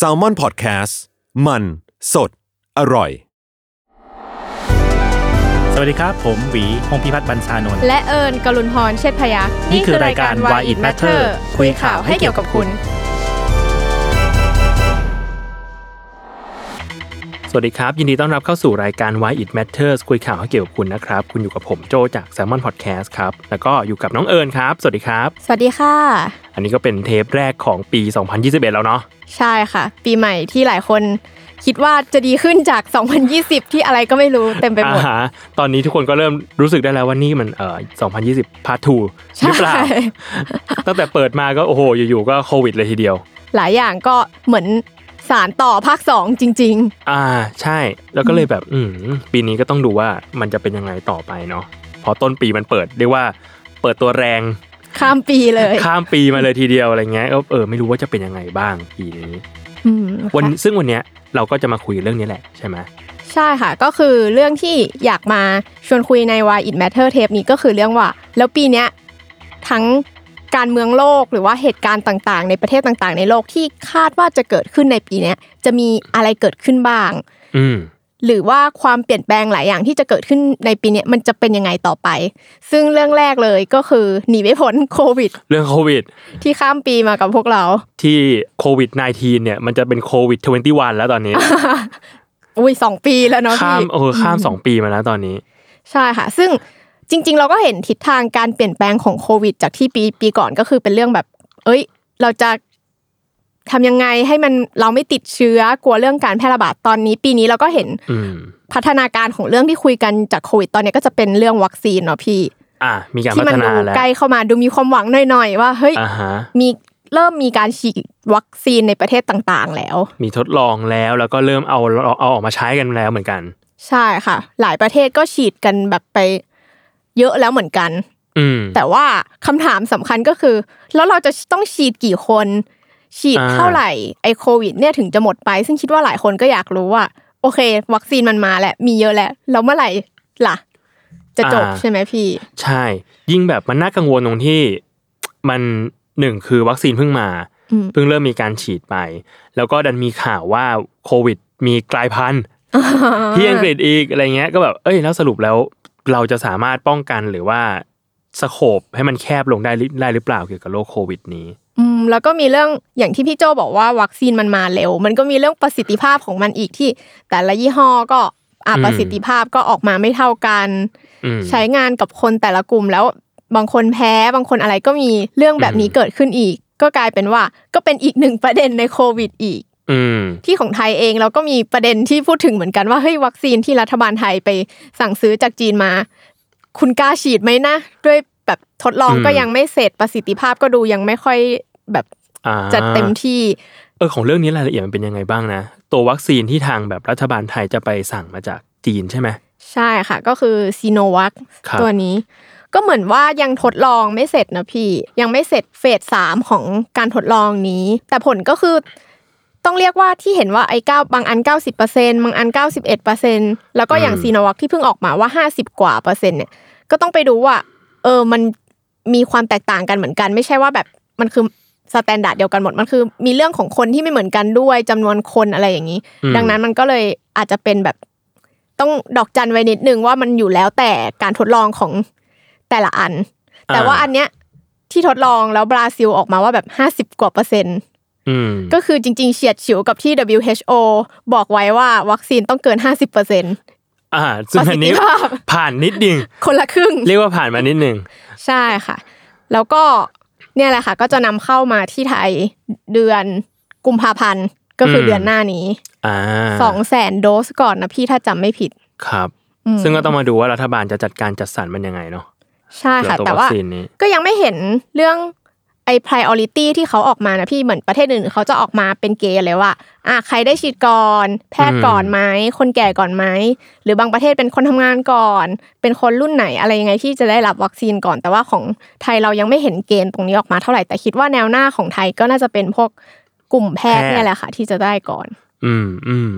s a l ม o n PODCAST มันสดอร่อย สวัสดีครับ ผมหวีพงพิพัฒน์บัญชานนท์ และเอิญกลุนพรเชษพยักษ์ นี่คือรายการ Why It Matter คุยข่าวให้เกี่ยวกับคุณ สวัสดีครับ ยินดีต้อนรับเข้าสู่รายการ Why It Matters คุยข่าวให้เกี่ยวกับคุณนะครับ คุณอยู่กับผมโจจาก s ซ l m o n Podcast ครับ แล้วก็อยู่กับน้องเอิญครับ สวัสดีครับ สวัสดีค่ะ อันนี้ก็เป็นเทปแรกของปี 2021 แล้วเนาะ ใช่ค่ะ ปีใหม่ที่หลายคน คิดว่าจะดีขึ้นจาก 2020 ที่อะไรก็ไม่รู้เต็มไปหมด อ่าฮะตอนนี้ทุกคนก็เริ่มรู้สึกได้แล้วว่านี่มันเอ่อ2020 part 2หรือเปล่า ใช่ ตั้งแต่เปิดมาก็โอ้โห อยู่ๆ ก็โควิดเลยทีเดียว หลายอย่างก็เหมือนสารต่อภาค 2 จริง อ่าใช่แล้วก็เลยแบบอืมปีนี้ก็ต้องดูว่ามันจะเป็นยังไงต่อไปเนาะเพอต้นปีมันเปิดเรียกว่า เปิดตัวแรง ๆ ข้ามปีเลย ข้ามปีมาเลยทีเดียวอะไรเงี้ยก็เออไม่รู้ว่าจะเป็นยังไงบ้างปีนี้ อืมค่ะ วันซึ่งวันเนี้ยเราก็จะมาคุยเรื่องนี้แหละใช่ไหม ใช่ค่ะ ก็คือเรื่องที่อยากมาชวนคุยใน Why It Matter เทปนี้ก็คือเรื่องว่า แล้วปีเนี้ยทั้งการเมืองโลกหรือว่าเหตุการณ์ต่างๆ ในประเทศต่างๆ ในโลกที่คาดว่าจะเกิดขึ้นในปีเนี้ยจะมีอะไรเกิดขึ้นบ้าง อืม หรือว่าความเปลี่ยนแปลงหลายอย่างที่จะเกิดขึ้นในปีเนี้ยมันจะเป็นยังไงต่อไป ซึ่งเรื่องแรกเลยก็คือหนีไม่พ้นโควิด เรื่องโควิด ที่ข้ามปีมากับพวกเรา ที่โควิด -19 เนี่ยมันจะเป็นโควิด21แล้วตอนนี้ อุ้ยสองปี แล้วเนาะ ข้า พี่ มเออข้ามสองปีมาแล้วตอนนี้ ใช่ค่ะ ซึ่งจริง ๆ เราก็เห็นทิศทางการเปลี่ยนแปลงของโควิด จากที่ปีปีก่อนก็คือเป็นเรื่องแบบ เอ้ย เราจะทำยังไงให้มันเราไม่ติดเชื้อกลัวเรื่องการแพร่ระบาดตอนนี้ ปีนี้เราก็เห็น อืม พัฒนาการของเรื่องที่คุยกันจากโควิดตอนเนี้ยก็จะเป็นเรื่องวัคซีนเนาะพี่ อ่ะมีการ ที่ พั มั ฒนา ดู แล้ว ใกล้เข้ามาดูมีความหวังหน่อยๆว่าเฮ้ย อ่าฮะ มีเริ่มมีการฉีดวัคซีนในประเทศต่างๆ แล้ว มีทดลองแล้วแล้วก็เริ่มเอาเอาออกมาใช้กันแล้วเหมือนกัน ใช่ค่ะ หลายประเทศก็ฉีดกันแบบไปเยอะแล้วเหมือนกัน อืม แต่ว่าคำถามสำคัญก็คือ แล้วเราจะต้องฉีดกี่คน ฉีด อ่า เท่าไหร่ไอโควิดเนี่ยถึงจะหมดไป ซึ่งคิดว่าหลายคนก็อยากรู้ว่า โอเค วัคซีนมันมาแหละมีเยอะแล้วแล้วเมื่อไหร่ล่ะ จะจบใช่ไหมพี่ ใช่ ยิ่งแบบมันน่ากังวลตรงที่ มันหนึ่งคือวัคซีนเพิ่งมา อืม เพิ่งเริ่มมีการฉีดไป แล้วก็ดันมีข่าวว่าโควิด มีกลายพันธุ์ที่อังกฤษอีกอะไรเงี้ยก็แบบเอ้ยแล้วสรุปแล้วเราจะสามารถป้องกันหรือว่าสโคบให้มันแคบลงได้หรือได้หรือเปล่าเกี่ยวกับโรคโควิดนี้ อืมแล้วก็มีเรื่องอย่างที่พี่โจบอกว่าวัคซีนมันมาเร็ว มันก็มีเรื่องประสิทธิภาพของมันอีกที่ แต่ละยี่ห้อก็อ่ะ อืม ประสิทธิภาพก็ออกมาไม่เท่ากัน อืม ใช้งานกับคนแต่ละกลุ่มแล้วบางคนแพ้บางคนอะไรก็มีเรื่องแบบนี้ อืม เกิดขึ้นอีก ก็กลายเป็นว่าก็เป็นอีกหนึ่งประเด็นในโควิดอีก อืม ที่ของไทยเองเราก็มีประเด็นที่พูดถึงเหมือนกันว่าเฮ้ยวัคซีนที่รัฐบาลไทยไปสั่งซื้อจากจีนมา คุณกล้าฉีดไหมนะ ด้วยแบบทดลอง อืม ก็ยังไม่เสร็จประสิทธิภาพก็ดูยังไม่ค่อยแบบ อ่า จะเต็มที่ เออของเรื่องนี้รายละเอียดมันเป็นยังไงบ้างนะ ตัววัคซีนที่ทางแบบรัฐบาลไทยจะไปสั่งมาจากจีนใช่ไหม ใช่ค่ะ ก็คือซีโนวัค ครับ ตัวนี้ ก็เหมือนว่ายังทดลองไม่เสร็จนะพี่ ยังไม่เสร็จเฟสสามของการทดลองนี้ แต่ผลก็คือ ต้องเรียกว่าที่เห็นว่าไอ้เก้าบางอัน 90%บางอัน 91%แล้วก็อย่างซีโนวัคที่เพิ่งออกมาว่า 50 กว่าเปอร์เซ็นต์เนี่ยก็ต้องไปดูว่า เออมันมีความแตกต่างกันเหมือนกัน ไม่ใช่ว่าแบบมันคือสแตนดาร์ดเดียวกันหมดมันคือ มีเรื่องของคนที่ไม่เหมือนกันด้วยจำนวนคนอะไรอย่างนี้ อืม ดังนั้นมันก็เลยอาจจะเป็นแบบต้องดอกจันไว้นิดนึงว่ามันอยู่แล้วแต่การทดลองของแต่ละอัน แต่ว่าอันเนี้ยที่ทดลองแล้วบราซิลออกมาว่าแบบ 50 กว่าเปอร์เซ็นต์ อืม ก็คือจริงๆเฉียดฉิวกับที่ WHO บอกไว้ว่าวัคซีนต้องเกิน 50%ป อ่าซึ่ง ระ อั สินทธิ นี้ ภาพ ผ่านนิดนึง คนละครึ่ง เรียกว่าผ่านมานิดนึง ใช่ค่ะ แล้วก็เนี่ยแหละค่ะ ก็จะนำเข้ามาที่ไทยเดือนกุมภาพันธ์ ก็คืออ ม เดือนหน้านี้ อ่า สองแสนโดสก่อนนะพี่ถ้าจำไม่ผิด ครับ อืม ซึ่งก็ต้องมาดูว่ารัฐบาลจะจัดการจัดสรรมันยังไงเนาะ ใช่ เกี่ยว ค่ะ กับตัว แต่ วัค ว่า ซีนนี้ ก็ยังไม่เห็นเรื่องไอ้ priority ที่เขาออกมานะพี่เหมือนประเทศอื่นๆเขาจะออกมาเป็นเกณฑ์เลยว่าอ่ะใครได้ฉีดก่อน แพทย์ก่อนไหมคนแก่ก่อนไหมหรือบางประเทศเป็นคนทำงานก่อน เป็นคนรุ่นไหนอะไรยังไงที่จะได้รับวัคซีนก่อน แต่ว่าของไทยเรายังไม่เห็นเกณฑ์ตรงนี้ออกมาเท่าไหร่แต่คิดว่าแนวหน้าของไทยก็น่าจะเป็นพวกกลุ่มแพทย์ แพทย์ เนี่ยแหละค่ะ ที่จะได้ก่อน อืมอืม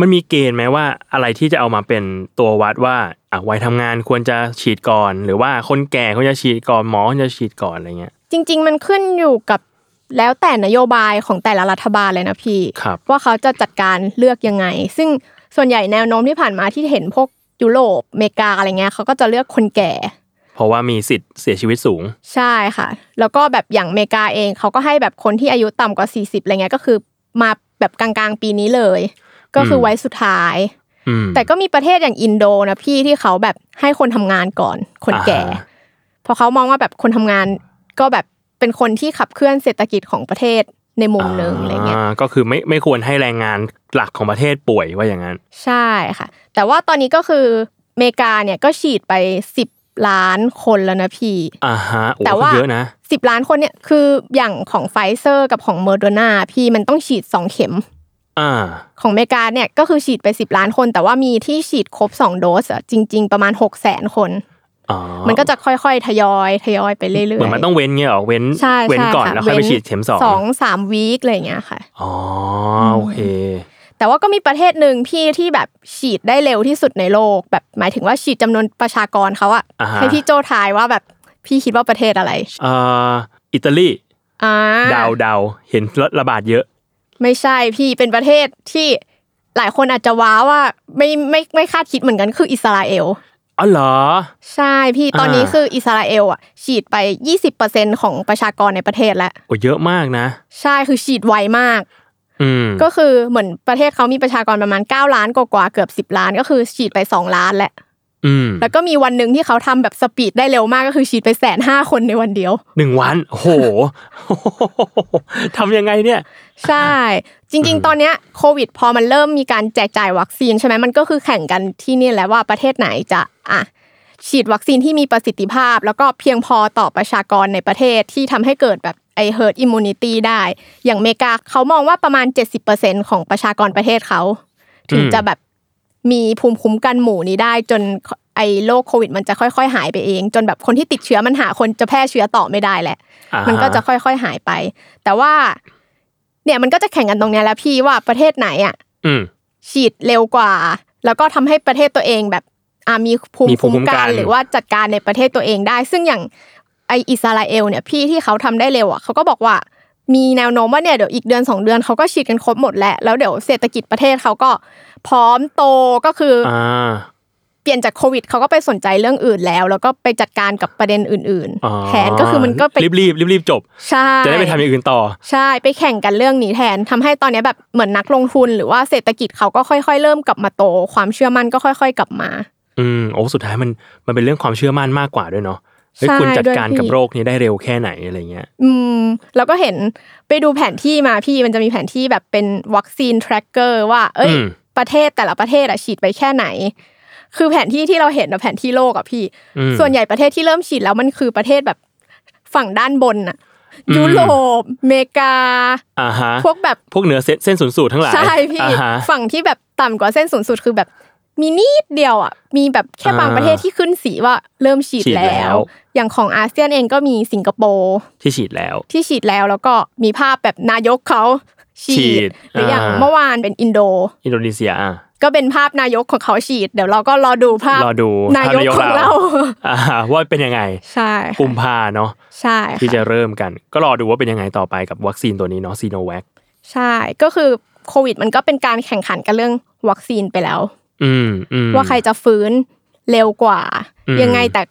มันมีเกณฑ์ไหมว่าอะไรที่จะเอามาเป็นตัววัดว่าอ่ะวัยทำงานควรจะฉีดก่อน หรือว่าคนแก่ควรจะฉีดก่อนหมอควรจะฉีดก่อนอะไรเงี้ย จริง ๆ มันขึ้นอยู่กับ แล้วแต่นโยบายของแต่ละรัฐบาลเลยนะพี่ ครับ ว่าเขาจะจัดการเลือกยังไง ซึ่งส่วนใหญ่แนวโน้มที่ผ่านมาที่เห็นพวกยุโรปอเมริกาอะไรเงี้ยเขาก็จะเลือกคนแก่ เพราะว่ามีสิทธิ์เสียชีวิตสูง ใช่ค่ะ แล้วก็แบบอย่างอเมริกาเองเขาก็ให้แบบคนที่อายุต่ำกว่า 40อะไรเงี้ยก็คือมาแบบกลางๆปีนี้เลย ก็คือไว้สุดท้าย อืม แต่ก็มีประเทศอย่างอินโดนะพี่ที่เขาแบบให้คนทำงานก่อนคนแก่ อ่าฮะ เพราะเขามองว่าแบบคนทำงานก็แบบเป็นคนที่ขับเคลื่อนเศรษฐกิจของประเทศในมุมหนึ่งอะไรเงี้ย าก็คือไม่ไม่ควรให้แรงงานหลักของประเทศป่วยว่าอย่างนั้น ใช่ค่ะ แต่ว่าตอนนี้ก็คืออเมริกาเนี่ยก็ฉีดไป 10 ล้านคนแล้วนะพี่ อ่าฮะโอ้ แต่ว่า เยอะนะ 10 ล้านคนเนี่ยคืออย่างของไฟเซอร์กับของเมอร์โดนาพี่มันต้องฉีด 2 เข็ม อ่า ของอเมริกาเนี่ยก็คือฉีดไป 10 ล้านคน แต่ว่ามีที่ฉีดครบ 2 โดสอะจริง ๆ ประมาณ 6 0 0 0 0 0 คน อ๋อ มันก็จะค่อยๆ ทยอยทยอยไปเรื่อยๆ เหมือนมันต้องเว้นเงี้ยเหรอเว้น ใช่ใช่ เว้นก่อนะ แล้วค่อยไป ว้น ฉีดเข็มสอง สองสามวีคอะไรอย่างเงี้ยค่ะ อ๋อโอเค แต่ว่าก็มีประเทศหนึ่งพี่ที่แบบฉีดได้เร็วที่สุดในโลก แบบหมายถึงว่าฉีดจำนวนประชากรเขาอะ อ่าฮะ ให้พี่โจทายว่าแบบพี่คิดว่าประเทศอะไร เอ่ออิตาลี อ่า ดาวดาวเห็นระบาดเยอะ ไม่ใช่พี่เป็นประเทศที่หลายคนอาจจะว้าว่าไม่ไม่ไม่คาดคิดเหมือนกันคืออิสราเอล อ๋อเหรอ ใช่พี่ตอนนี้ อ่า คืออิสราเอลอะฉีดไป 20%ของประชากรในประเทศแล้ว โอ้เยอะมากนะ ใช่คือฉีดไวมาก อืม ก็คือเหมือนประเทศเขามีประชากรประมาณ 9 ล้านกว่าๆเกือบ 10 ล้านก็คือฉีดไป 2 ล้านแหละ อืม แล้วก็มีวันหนึ่งที่เขาทำแบบสปีดได้เร็วมากก็คือฉีดไปแสนห้าคนในวันเดียว หนึ่งวันโอ้โห ทำยังไงเนี่ย ใช่ จริง ๆ ตอนเนี้ยโควิดพอมันเริ่มมีการแจกจ่ายวัคซีนใช่ไหมมันก็คือแข่งกันที่นี่แหละว่าประเทศไหนจะอ่ะฉีดวัคซีนที่มีประสิทธิภาพ แล้วก็เพียงพอต่อประชากรในประเทศที่ทำให้เกิดแบบไอเฮิร์ดอิมมูนิตี้ได้ อย่างอเมริกาเขามองว่าประมาณ 70%ของประชากรประเทศเขา ถึงจะแบบมีภูมิคุ้มกันหมู่นี้ได้ จนไอโรคโควิด มันจะค่อยๆ หายไปเอง จนแบบคนที่ติดเชื้อมันหาคนจะแพร่เชื้อต่อไม่ได้แหละ อ่าฮ มันก็จะค่อยๆหายไป แต่ว่า เนี่ยมันก็จะแข่งกันตรงเนี้ยแล้วพี่ว่าประเทศไหนอ่ะ อืม ฉีดเร็วกว่า แล้วก็ทำให้ประเทศตัวเองแบบอ่ะมีภู มี มิ ภูมิ คุ้ม คุ้มกั กัน น หรือว่าจัดการในประเทศตัวเองได้ ซึ่งอย่างไออิสราเอลเนี่ยพี่ที่เขาทำได้เร็วอ่ะเขาก็บอกว่า มีแนวโน้มว่าเนี่ยเดี๋ยวอีกเดือนสองเดือนเขาก็ฉีดกันครบหมดแล้วแล้วเดี๋ยวเศรษฐกิจประเทศเขาก็พร้อมโตก็คืออ อ่า เปลี่ยนจากโควิดเขาก็ไปสนใจเรื่องอื่นแล้ว แล้วก็ไปจัดการกับประเด็นอื่น อ๋อ ๆแทนก็คือมันก็ไป รีบรีบรีบรีบจบ ใช่ จะได้ไปทำอย่างอื่นต่อ ใช่ไปแข่งกันเรื่องนี้แทนทำให้ตอนเนี้ยแบบเหมือนนักลงทุนหรือว่าเศรษฐกิจเขาก็ค่อย ๆ เริ่มกลับมาโต ความเชื่อมั่นก็ค่อย ๆ กลับมา อืมโอ้สุดท้ายมันมันเป็นเรื่องความเชื่อมั่นมากกว่าด้วยเนาะเฮ้ย ใช่ คุณจัด ด้วย การ พี่ กับโรคนี้ได้เร็วแค่ไหนอะไรเงี้ย อืมแล้วก็เห็นไปดูแผนที่มาพี่มันจะมีแผนที่แบบเป็นวัคซีน tracker ว่า เอ้ย อืม ประเทศแต่ละประเทศอะฉีดไปแค่ไหน คือแผนที่ที่เราเห็นอะแผนที่โลกอะพี่ อืม ส่วนใหญ่ประเทศที่เริ่มฉีดแล้วมันคือประเทศแบบฝั่งด้านบนอะยุโรปอเมริกา อ่าฮะ พวกแบบ พวกเหนือเส้นเส้นศูนย์สูตรทั้งหลาย ใช่พี่ อ่าฮะ ฝั่งที่แบบต่ำกว่าเส้นศูนย์สูตรคือแบบ มีนิดเดียวอ่ะมีแบบแค่ อ่า บางประเทศที่ขึ้นสีว่าเริ่มฉีด ฉีดแล้ แล้ว ว อย่างของอาเซียนเองก็มีสิงคโปร์ ที่ฉีดแล้ว ที่ฉีดแล้วแล้วก็มีภาพแบบนายกเขาฉี ฉี ด ด หรืออย่าง อ่า เมื่อวานเป็นอินโด อินโดนีเซียอ่ะ ก็เป็นภาพนายกของเขาฉีด เดี๋ยวเราก็รอดูภาพ รอดู นายภากพนายก ของเรา เรา อ่าฮะว่าเป็นยังไง ใช่ กุม ค่ะ ภาเนาะ ใช่ ที่ ค่ะ จะเริ่มกัน ก็รอดูว่าเป็นยังไงต่อไปกับวัคซีนตัวนี้เนาะซีโนแวค ใช่ก็คือโควิด มันก็เป็นการแข่งขันกันเรื่องวัคซีนไปแล้ว อืมอืม ว่าใครจะฟื้นเร็วกว่า อืม ยังไงแต่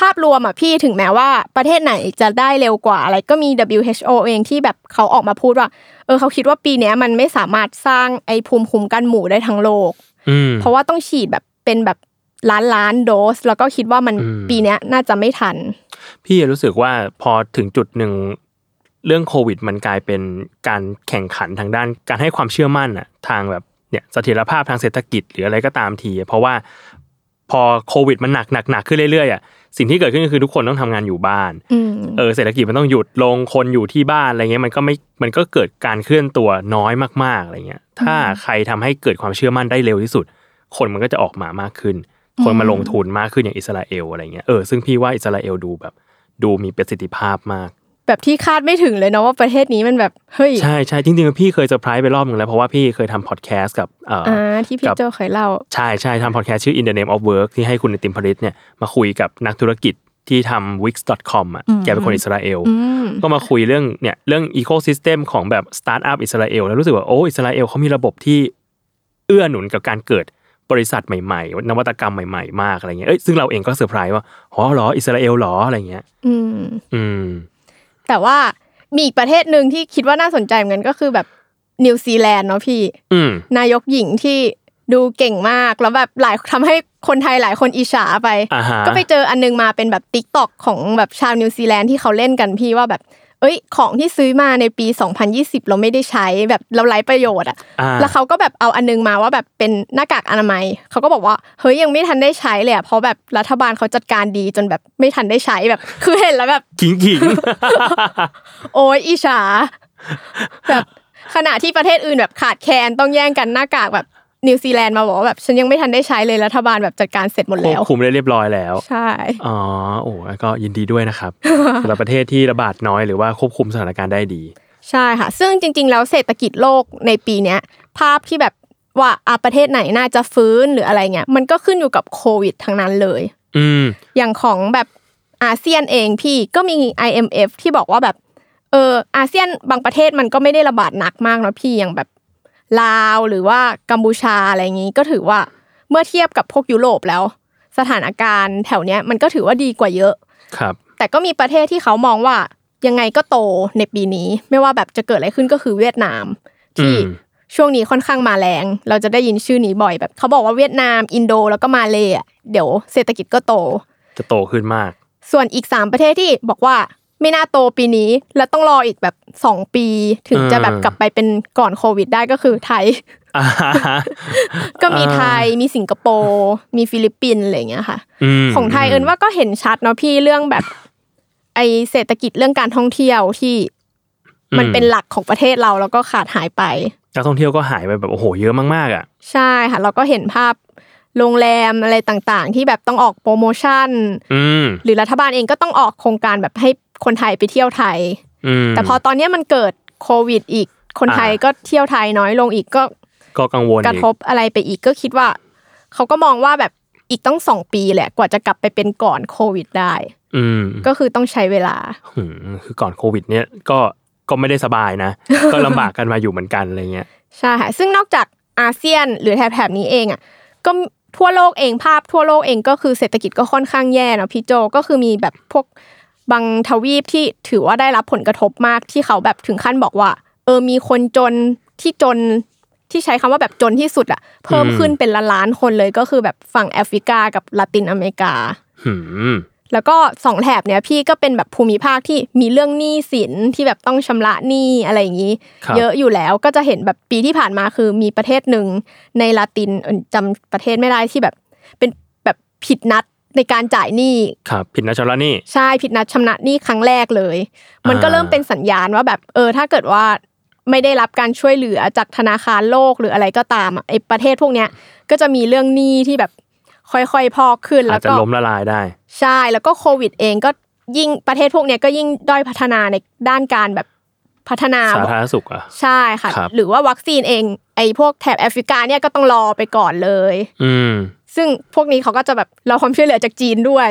ภาพรวมอ่ะพี่ถึงแม้ว่าประเทศไหนจะได้เร็วกว่าอะไรก็มี WHO เองที่แบบเขาออกมาพูดว่า เออเขาคิดว่าปีเนี้ยมันไม่สามารถสร้างไอ้ภูมิคุ้มกันหมู่ได้ทั้งโลก อืม เพราะว่าต้องฉีดแบบเป็นแบบล้านล้านโดส แล้วก็คิดว่ามัน อืม ปีเนี้ยน่าจะไม่ทัน พี่รู้สึกว่าพอถึงจุดหนึ่งเรื่องโควิด มันกลายเป็นการแข่งขันทางด้าน การให้ความเชื่อมั่นอะทางแบบเนี่ยเสถียรภาพทางเศรษฐกิจหรืออะไรก็ตามทีอะเพราะว่าพอโควิดมันหนักหนักหนักขึ้นเรื่อยๆอะสิ่งที่เกิดขึ้นก็คือทุกคนต้องทำงานอยู่บ้าน อืม เออเศรษฐกิจมันต้องหยุดลงคนอยู่ที่บ้านอะไรเงี้ยมันก็ไม่มันก็เกิดการเคลื่อนตัวน้อยมากๆอะไรเงี้ยถ้าใครทำให้เกิดความเชื่อมั่นได้เร็วที่สุด คนมันก็จะออกมามากขึ้น คนมาลงทุนมากขึ้นอย่างอิสราเอลอะไรเงี้ยเออซึ่งพี่ว่าอิสราเอลดูแบบ ดูมีประสิทธิภาพมาก แบบที่คาดไม่ถึงเลยเนาะว่าประเทศนี้มันแบบเฮ้ย ใช่ใช่จริงๆพี่เคยเซอร์ไพรส์ไปรอบหนึงแล้วเพราะว่าพี่เคยทำพอดแคสต์กับเอ่ออ อ่าที่พี่ กับ โจเคยเล่า ใช่ใช่ทำพอดแคสต์ชื่อ In the Name of Work ที่ให้คุณติมพริตเนี่ยมาคุยกับนักธุรกิจ ที่ทำ wix.com อ่ะแกเป็นคนอิสราเอล อืม ก็มาคุยเรื่องเนี่ยเรื่องอีโคซิสเต็มของแบบสตาร์ทอัพอิสราเอลแล้วรู้สึกว่าโอ้อิสราเอลเขามีระบบที่เอื้อหนุนกับการเกิดบริษัทใหม่ๆ นวัตกรรมใหม่ๆ มากอะไรเงี้ยเอ้ยซึ่งเราเองก็เซอร์ไพรส์ว่าอ๋อเหรออิสราเอลเหรออะไรเงี้ย อืม อืม แต่ว่ามีอีกประเทศหนึ่งที่คิดว่าน่าสนใจเหมือนกันก็คือแบบนิวซีแลนด์เนาะพี่ อืม นายกหญิงที่ดูเก่งมากแล้วแบบหลายทำให้คนไทยหลายคนอิจฉาไป อ่าฮะ ก็ไปเจออันนึงมาเป็นแบบติ๊กตอกของแบบชาวนิวซีแลนด์ที่เขาเล่นกันพี่ว่าแบบ เอ้ย ของที่ซื้อมาในปี 2020 เราไม่ได้ใช้แบบเราไร้ประโยชน์อะ อ่า แล้วเขาก็แบบเอาอันนึงมาว่าแบบเป็นหน้ากากอนามัยเขาก็บอกว่าเฮ้ยยังไม่ทันได้ใช้เลยอะเพราะแบบรัฐบาลเขาจัดการดีจนแบบไม่ทันได้ใช้แบบ คือเห็นแล้วแบบ ขิงขิง โอ้ยอิจฉาแบบขณะที่ประเทศอื่นแบบขาดแคลนต้องแย่งกันหน้ากากแบบนิวซีแลนด์มาบอกว่าแบบฉันยังไม่ทันได้ใช้เลยรัฐบาลแบบจัดการเสร็จหมด คว แล้ บ ว คุมได้เรียบร้อยแล้ว ใช่ อ๋อ โอ้ก็ยินดีด้วยนะครับ สำหรับประเทศที่ระบาดน้อยหรือว่าควบคุมสถานการณ์ได้ดี ใช่ค่ะ ซึ่งจริง ๆ แล้วเศรษฐกิจโลกในปีเนี้ยภาพที่แบบว่าอาประเทศไหนน่าจะฟื้นหรืออะไรเงี้ยมันก็ขึ้นอยู่กับโควิดทั้งนั้นเลย อืม อย่างของแบบอาเซียนเองพี่ก็มี IMF ที่บอกว่าแบบเอออาเซียนบางประเทศมันก็ไม่ได้ระบาดหนักมากเนาะพี่อย่างแบบลาวหรือว่ากัมพูชาอะไรอย่างนี้ก็ถือว่าเมื่อเทียบกับพวกยุโรปแล้ว สถานการณ์แถวเนี้ยมันก็ถือว่าดีกว่าเยอะ ครับ แต่ก็มีประเทศที่เขามองว่ายังไงก็โตในปีนี้ ไม่ว่าแบบจะเกิดอะไรขึ้นก็คือเวียดนาม อื ที่ ม ช่วงนี้ค่อนข้างมาแรง เราจะได้ยินชื่อนี้บ่อยแบบเขาบอกว่าเวียดนาม อินโดแล้วก็มาเลย์อะเดี๋ยวเศรษฐกิจก็โต จะโตขึ้นมาก ส่วนอีก 3 ประเทศที่บอกว่าไม่น่าโตปีนี้ แล้วต้องรออีกแบบ 2 ปีถึงจะแบบ อ่า กลับไปเป็นก่อนโควิดได้ก็คือไทย อ่าฮะ ก็มี อ่า ไทยมีสิงคโปร์มีฟิลิปปินส์อะไรอย่างเงี้ยค่ะ ม ของไทยเอินว่าก็เห็นชัดเนาะพี่เรื่องแบบไอเศรษฐกิจเรื่องการท่องเที่ยวที่มันเป็นหลักของประเทศเราแล้วก็ขาดหายไป นักท่องเที่ยวก็หายไปแบบโอ้โหเยอะมากๆอ่ะ ใช่ค่ะเราก็เห็นภาพโรงแรมอะไรต่างๆ ที่แบบต้องออกโปรโมชั่น อืม หรือรัฐบาลเองก็ต้องออกโครงการแบบให้คนไทยไปเที่ยวไทย อืม แต่พอตอนเนี้ยมันเกิดโควิดอีก คนไทย อ่า ก็เที่ยวไทยน้อยลงอีกก็ ก็กังวล กระ อีก ทบอะไรไปอีกก็คิดว่า เขาก็มองว่าแบบอีกต้องสองปีแหละกว่าจะกลับไปเป็นก่อนโควิดได้ อืม ก็คือต้องใช้เวลา อืมคือก่อนโควิด เนี่ยก็ก็ไม่ได้สบาย นะ ก็ลำบากกันมาอยู่เหมือนกันอะไรเงี้ย ใช่ค่ะซึ่งนอกจากอาเซียนหรือแถบๆนี้เองอ่ะก็ทั่วโลกเองภาพทั่วโลกเองก็คือเศรษฐกิจก็ค่อนข้างแย่เนาะพี่โจก็คือมีแบบพวกบางทวีปที่ถือว่าได้รับผลกระทบมากที่เขาแบบถึงขั้นบอกว่า เออมีคนจนที่จนที่ใช้คำว่าแบบจนที่สุดอ่ะเพิ่ม อืม ขึ้นเป็นล้านๆคนเลยก็คือแบบฝั่งแอฟริกากับลาตินอเมริกา อืม แล้วก็สองแถบเนี้ยพี่ก็เป็นแบบภูมิภาคที่มีเรื่องหนี้สินที่แบบต้องชำระหนี้อะไรอย่างนี้ ครับ เยอะอยู่แล้วก็จะเห็นแบบปีที่ผ่านมาคือมีประเทศหนึ่งในลาตินเอิ่มจำประเทศไม่ได้ที่แบบเป็นแบบผิดนัดในการจ่ายหนี้ ครับผิดนะชอลล่านี่ ใช่ผิดนัดชำระหนี้ครั้งแรกเลย มันก็ อ่า เริ่มเป็นสัญญาณว่าแบบเออถ้าเกิดว่าไม่ได้รับการช่วยเหลือจากธนาคารโลกหรืออะไรก็ตามอะไอประเทศพวกเนี้ยก็จะมีเรื่องหนี้ที่แบบค่อยๆพอกขึ้น อา แล้ จ ว จะ ก็ ล้มละลายได้ ใช่แล้วก็โควิดเองก็ยิ่งประเทศพวกเนี้ยก็ยิ่งด้อยพัฒนาในด้านการแบบพัฒนา สาธารณสุขอ่ะ ใช่ค่ะ ครับ หรือว่าวัคซีนเองไอ้พวกแถบแอฟริกาเนี่ยก็ต้องรอไปก่อนเลย อืม ซึ่งพวกนี้เขาก็จะแบบรอความช่วยเหลือจากจีนด้วย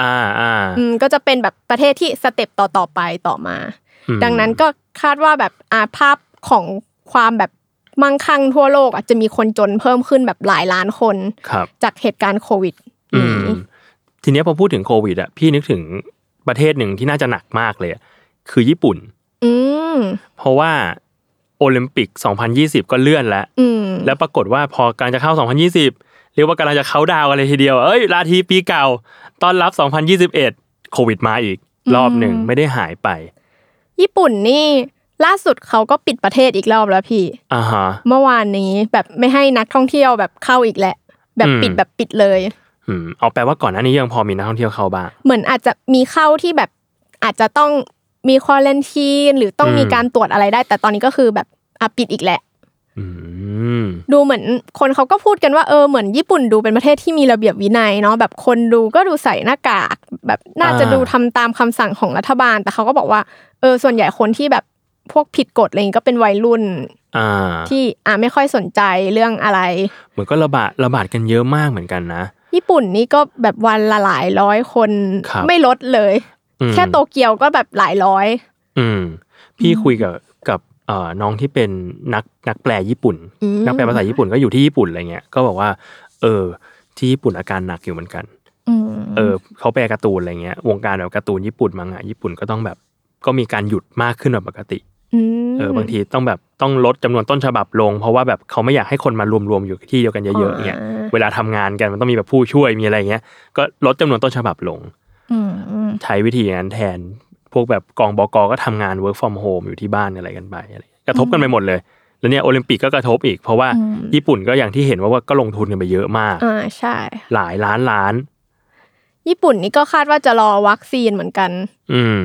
อ่าอ่า อืมก็จะเป็นแบบประเทศที่สเต็ปต่อต่อๆไปต่อมา อืม ดังนั้นก็คาดว่าแบบอาภาพของความแบบมั่งคั่งทั่วโลกอาจจะมีคนจนเพิ่มขึ้นแบบหลายล้านคน ครับ จากเหตุการณ์โควิด อืมนี้ทีเนี้ยพอพูดถึงโควิดอ่ะพี่นึกถึงประเทศหนึ่งที่น่าจะหนักมากเลยอะคือญี่ปุ่น อืม เพราะว่าโอลิมปิก 2020 ก็เลื่อนแล้ว อืม แล้วปรากฏว่าพอกำลังจะเข้า 2020 เรียกว่ากำลังจะเข้าดาวน์กันเลยทีเดียว เอ้ยราทีปีเก่า ต้อนรับ 2021 โควิดมาอีก รอบหนึ่งไม่ได้หายไป ญี่ปุ่นนี่ล่าสุดเขาก็ปิดประเทศอีกรอบแล้วพี่ อ่าฮะ เมื่อวานนี้แบบไม่ให้นักท่องเที่ยวแบบเข้าอีกแหละ แบบ อืม ปิดแบบปิดเลย อืมเอาแปลว่าก่อนหน้านี้ยังพอมีนักท่องเที่ยวเข้าบ้าง เหมือนอาจจะมีเข้าที่แบบอาจจะต้องมีควอลันทีนหรือต้องมี อืม การตรวจอะไรได้ แต่ตอนนี้ก็คือแบบอ่ะปิดอีกแหละ อืม ดูเหมือนคนเขาก็พูดกันว่าเออเหมือนญี่ปุ่นดูเป็นประเทศที่มีระเบียบวินัยเนาะแบบคนดูก็ดูใส่หน้ากาก แบบน่าจะ อ่า ดูทำตามคำสั่งของรัฐบาล แต่เขาก็บอกว่าเออส่วนใหญ่คนที่แบบพวกผิดกฎอะไรอย่างงี้ก็เป็นวัยรุ่น อ่า ที่อ่าไม่ค่อยสนใจเรื่องอะไร เหมือนก็ระบาดระบาดกันเยอะมากเหมือนกันนะ ญี่ปุ่นนี่ก็แบบวันละหลายร้อยคน ครับ ไม่ลดเลย อืม แค่โตเกียวก็แบบหลายร้อย อืมพี่คุยกับกับเอ่อน้องที่เป็นนักนักแปลญี่ปุ่น อืม นักแปลภาษาญี่ปุ่นก็อยู่ที่ญี่ปุ่นอะไรเงี้ยก็บอกว่า เออ ที่ญี่ปุ่นอาการหนักอยู่เหมือนกัน อืม เออเขาแปลการ์ตูนอะไรเงี้ย วงการแบบการ์ตูนญี่ปุ่นมังงะญี่ปุ่นก็ต้องแบบก็มีการหยุดมากขึ้นกว่าปกติ ม เออบางทีต้องแบบต้องลดจำนวนต้นฉบับลง เพราะว่าแบบเขาไม่อยากให้คนมารวมๆอยู่ที่เดียวกันเยอะๆเนี่ยเวลาทำงานกันมันต้องมีแบบผู้ช่วยมีอะไรเงี้ยก็ลดจำนวนต้นฉบับลง อืมอืม ใช้วิธีอย่างนั้นแทน พวกแบบกองบกก็ทำงาน work from home อยู่ที่บ้านอะไรกันไปอะไรกระทบกันไปหมดเลย แล้วเนี่ยโอลิมปิกก็กระทบอีก เพราะว่าญี่ปุ่นก็อย่างที่เห็นว่าว่าก็ลงทุนกันไปเยอะมาก อ่าใช่ หลายล้านล้าน ญี่ปุ่นนี่ก็คาดว่าจะรอวัคซีนเหมือนกัน อืม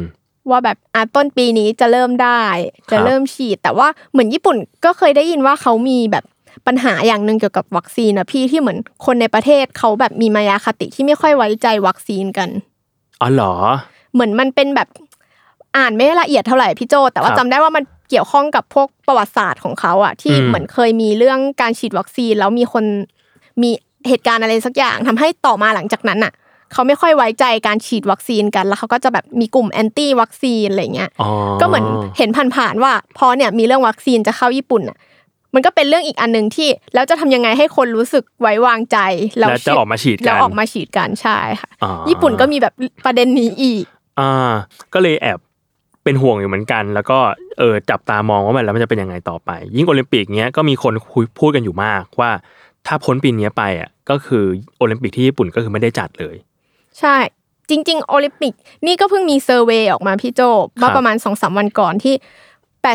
ว่าแบบอ่ะต้นปีนี้จะเริ่มได้ ครั จะ บ เริ่มฉีด แต่ว่าเหมือนญี่ปุ่นก็เคยได้ยินว่าเขามีแบบปัญหาอย่างหนึ่งเกี่ยวกับวัคซีนนะพี่ที่เหมือนคนในประเทศเขาแบบมีมายาคติที่ไม่ค่อยไว้ใจวัคซีนกัน อ๋อเหรอ เหมือนมันเป็นแบบอ่านไม่ละเอียดเท่าไหร่พี่โจ แต่คว่ารับ จำได้ว่ามันเกี่ยวข้องกับพวกประวัติศาสตร์ของเขาอะที่ อืม เหมือนเคยมีเรื่องการฉีดวัคซีน แล้วมีคนมีเหตุการณ์อะไรสักอย่างทำให้ต่อมาหลังจากนั้นอะเขาไม่ค่อยไว้ใจการฉีดวัคซีนกันแล้วเขาก็จะแบบมีกลุ่มแอนตี้วัคซีนอะไรเงี้ย อ๋อ ก็เหมือนเห็นผ่านๆว่าพอเนี่ยมีเรื่องวัคซีนจะเข้าญี่ปุ่นน่ะมันก็เป็นเรื่องอีกอันหนึ่งที่ แล้วจะทำยังไงให้คนรู้สึกไว้วางใจแล้ว แล้วจะออกมาฉีดกัน แล้วออกมาฉีดกันใช่ค่ะ อ๋อ ญี่ปุ่นก็มีแบบประเด็นนี้อีก อ่า ก็เลยแอบเป็นห่วงอยู่เหมือนกัน แล้วก็เออจับตามองว่ามันแล้วมันจะเป็นยังไงต่อไป ยิ่งโอลิมปิกเนี้ยก็มีคนคุยพูดกันอยู่มากว่า ถ้าพ้นปีเนี้ยไปอ่ะก็คือโอลิมปิกที่ญี่ปุ่นก็คือไม่ได้จัดเลย ใช่ จริง ๆ โอลิมปิก นี่ก็เพิ่งมีเซอร์เวยออกมาพี่โจ ครั เมื่อบ ประมาณสองสามวันก่อนที่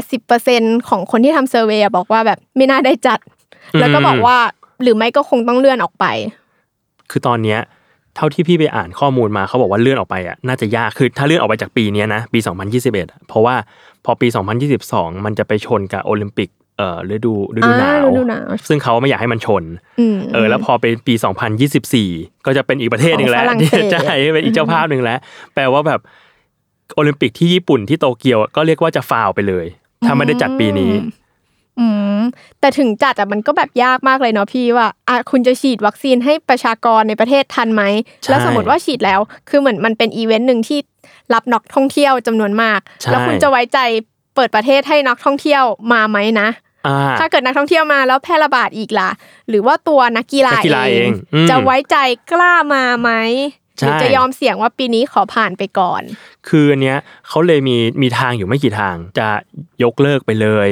80%ของคนที่ทำเซอร์เวยอะบอกว่าแบบไม่น่าได้จัด แล้วก็บอกว่าหรือไม่ก็คงต้องเลื่อนออกไป คือตอนเนี้ยเท่าที่พี่ไปอ่านข้อมูลมาเขาบอกว่าเลื่อนออกไปอ่ะน่าจะยากคือถ้าเลื่อนออกไปจากปีเนี้ยนะปี 2021อะเพราะว่าพอปี 2022 มันจะไปชนกับโอลิมปิกเอ่อฤดูฤดูหนา อ่าว ฤดูหนาว ซึ่งเขาไม่อยากให้มันชน อืม เออแล้วพอเป็นปี 2024 ก็จะเป็นอีกประเทศหนึ่งแล้ว ของฝรั่ง ที่ เศส จะให้เป็นอีกเจ้าภาพหนึ่งแล้ว แปลว่าแบบโอลิมปิกที่ญี่ปุ่นที่โตเกียวก็เรียกว่าจะฟาวไปเลย ถ้าไม่ได้จัดปีนี้ อืมแต่ถึงจัดอะมันก็แบบยากมากเลยเนาะพี่ว่าอ่ะคุณจะฉีดวัคซีนให้ประชากรในประเทศทันไหม ใช่ แล้วสมมติว่าฉีดแล้ว คือเหมือนมันเป็นอีเวนต์หนึ่งที่รับนักท่องเที่ยวจำนวนมาก ใช่ แล้วคุณจะไว้ใจเปิดประเทศให้นักท่องเที่ยวมาไหมนะ อ่า ถ้าเกิดนักท่องเที่ยวมาแล้วแพร่ระบาดอีกล่ะ หรือว่าตัวนักกีฬา นักกีฬาเอง เอง อืม จะไว้ใจกล้ามาไหมห ใช่ รือจะยอมเสี่ยงว่าปีนี้ขอผ่านไปก่อน คืออันเนี้ยเขาเลยมีมีทางอยู่ไม่กี่ทางจะยกเลิกไปเลย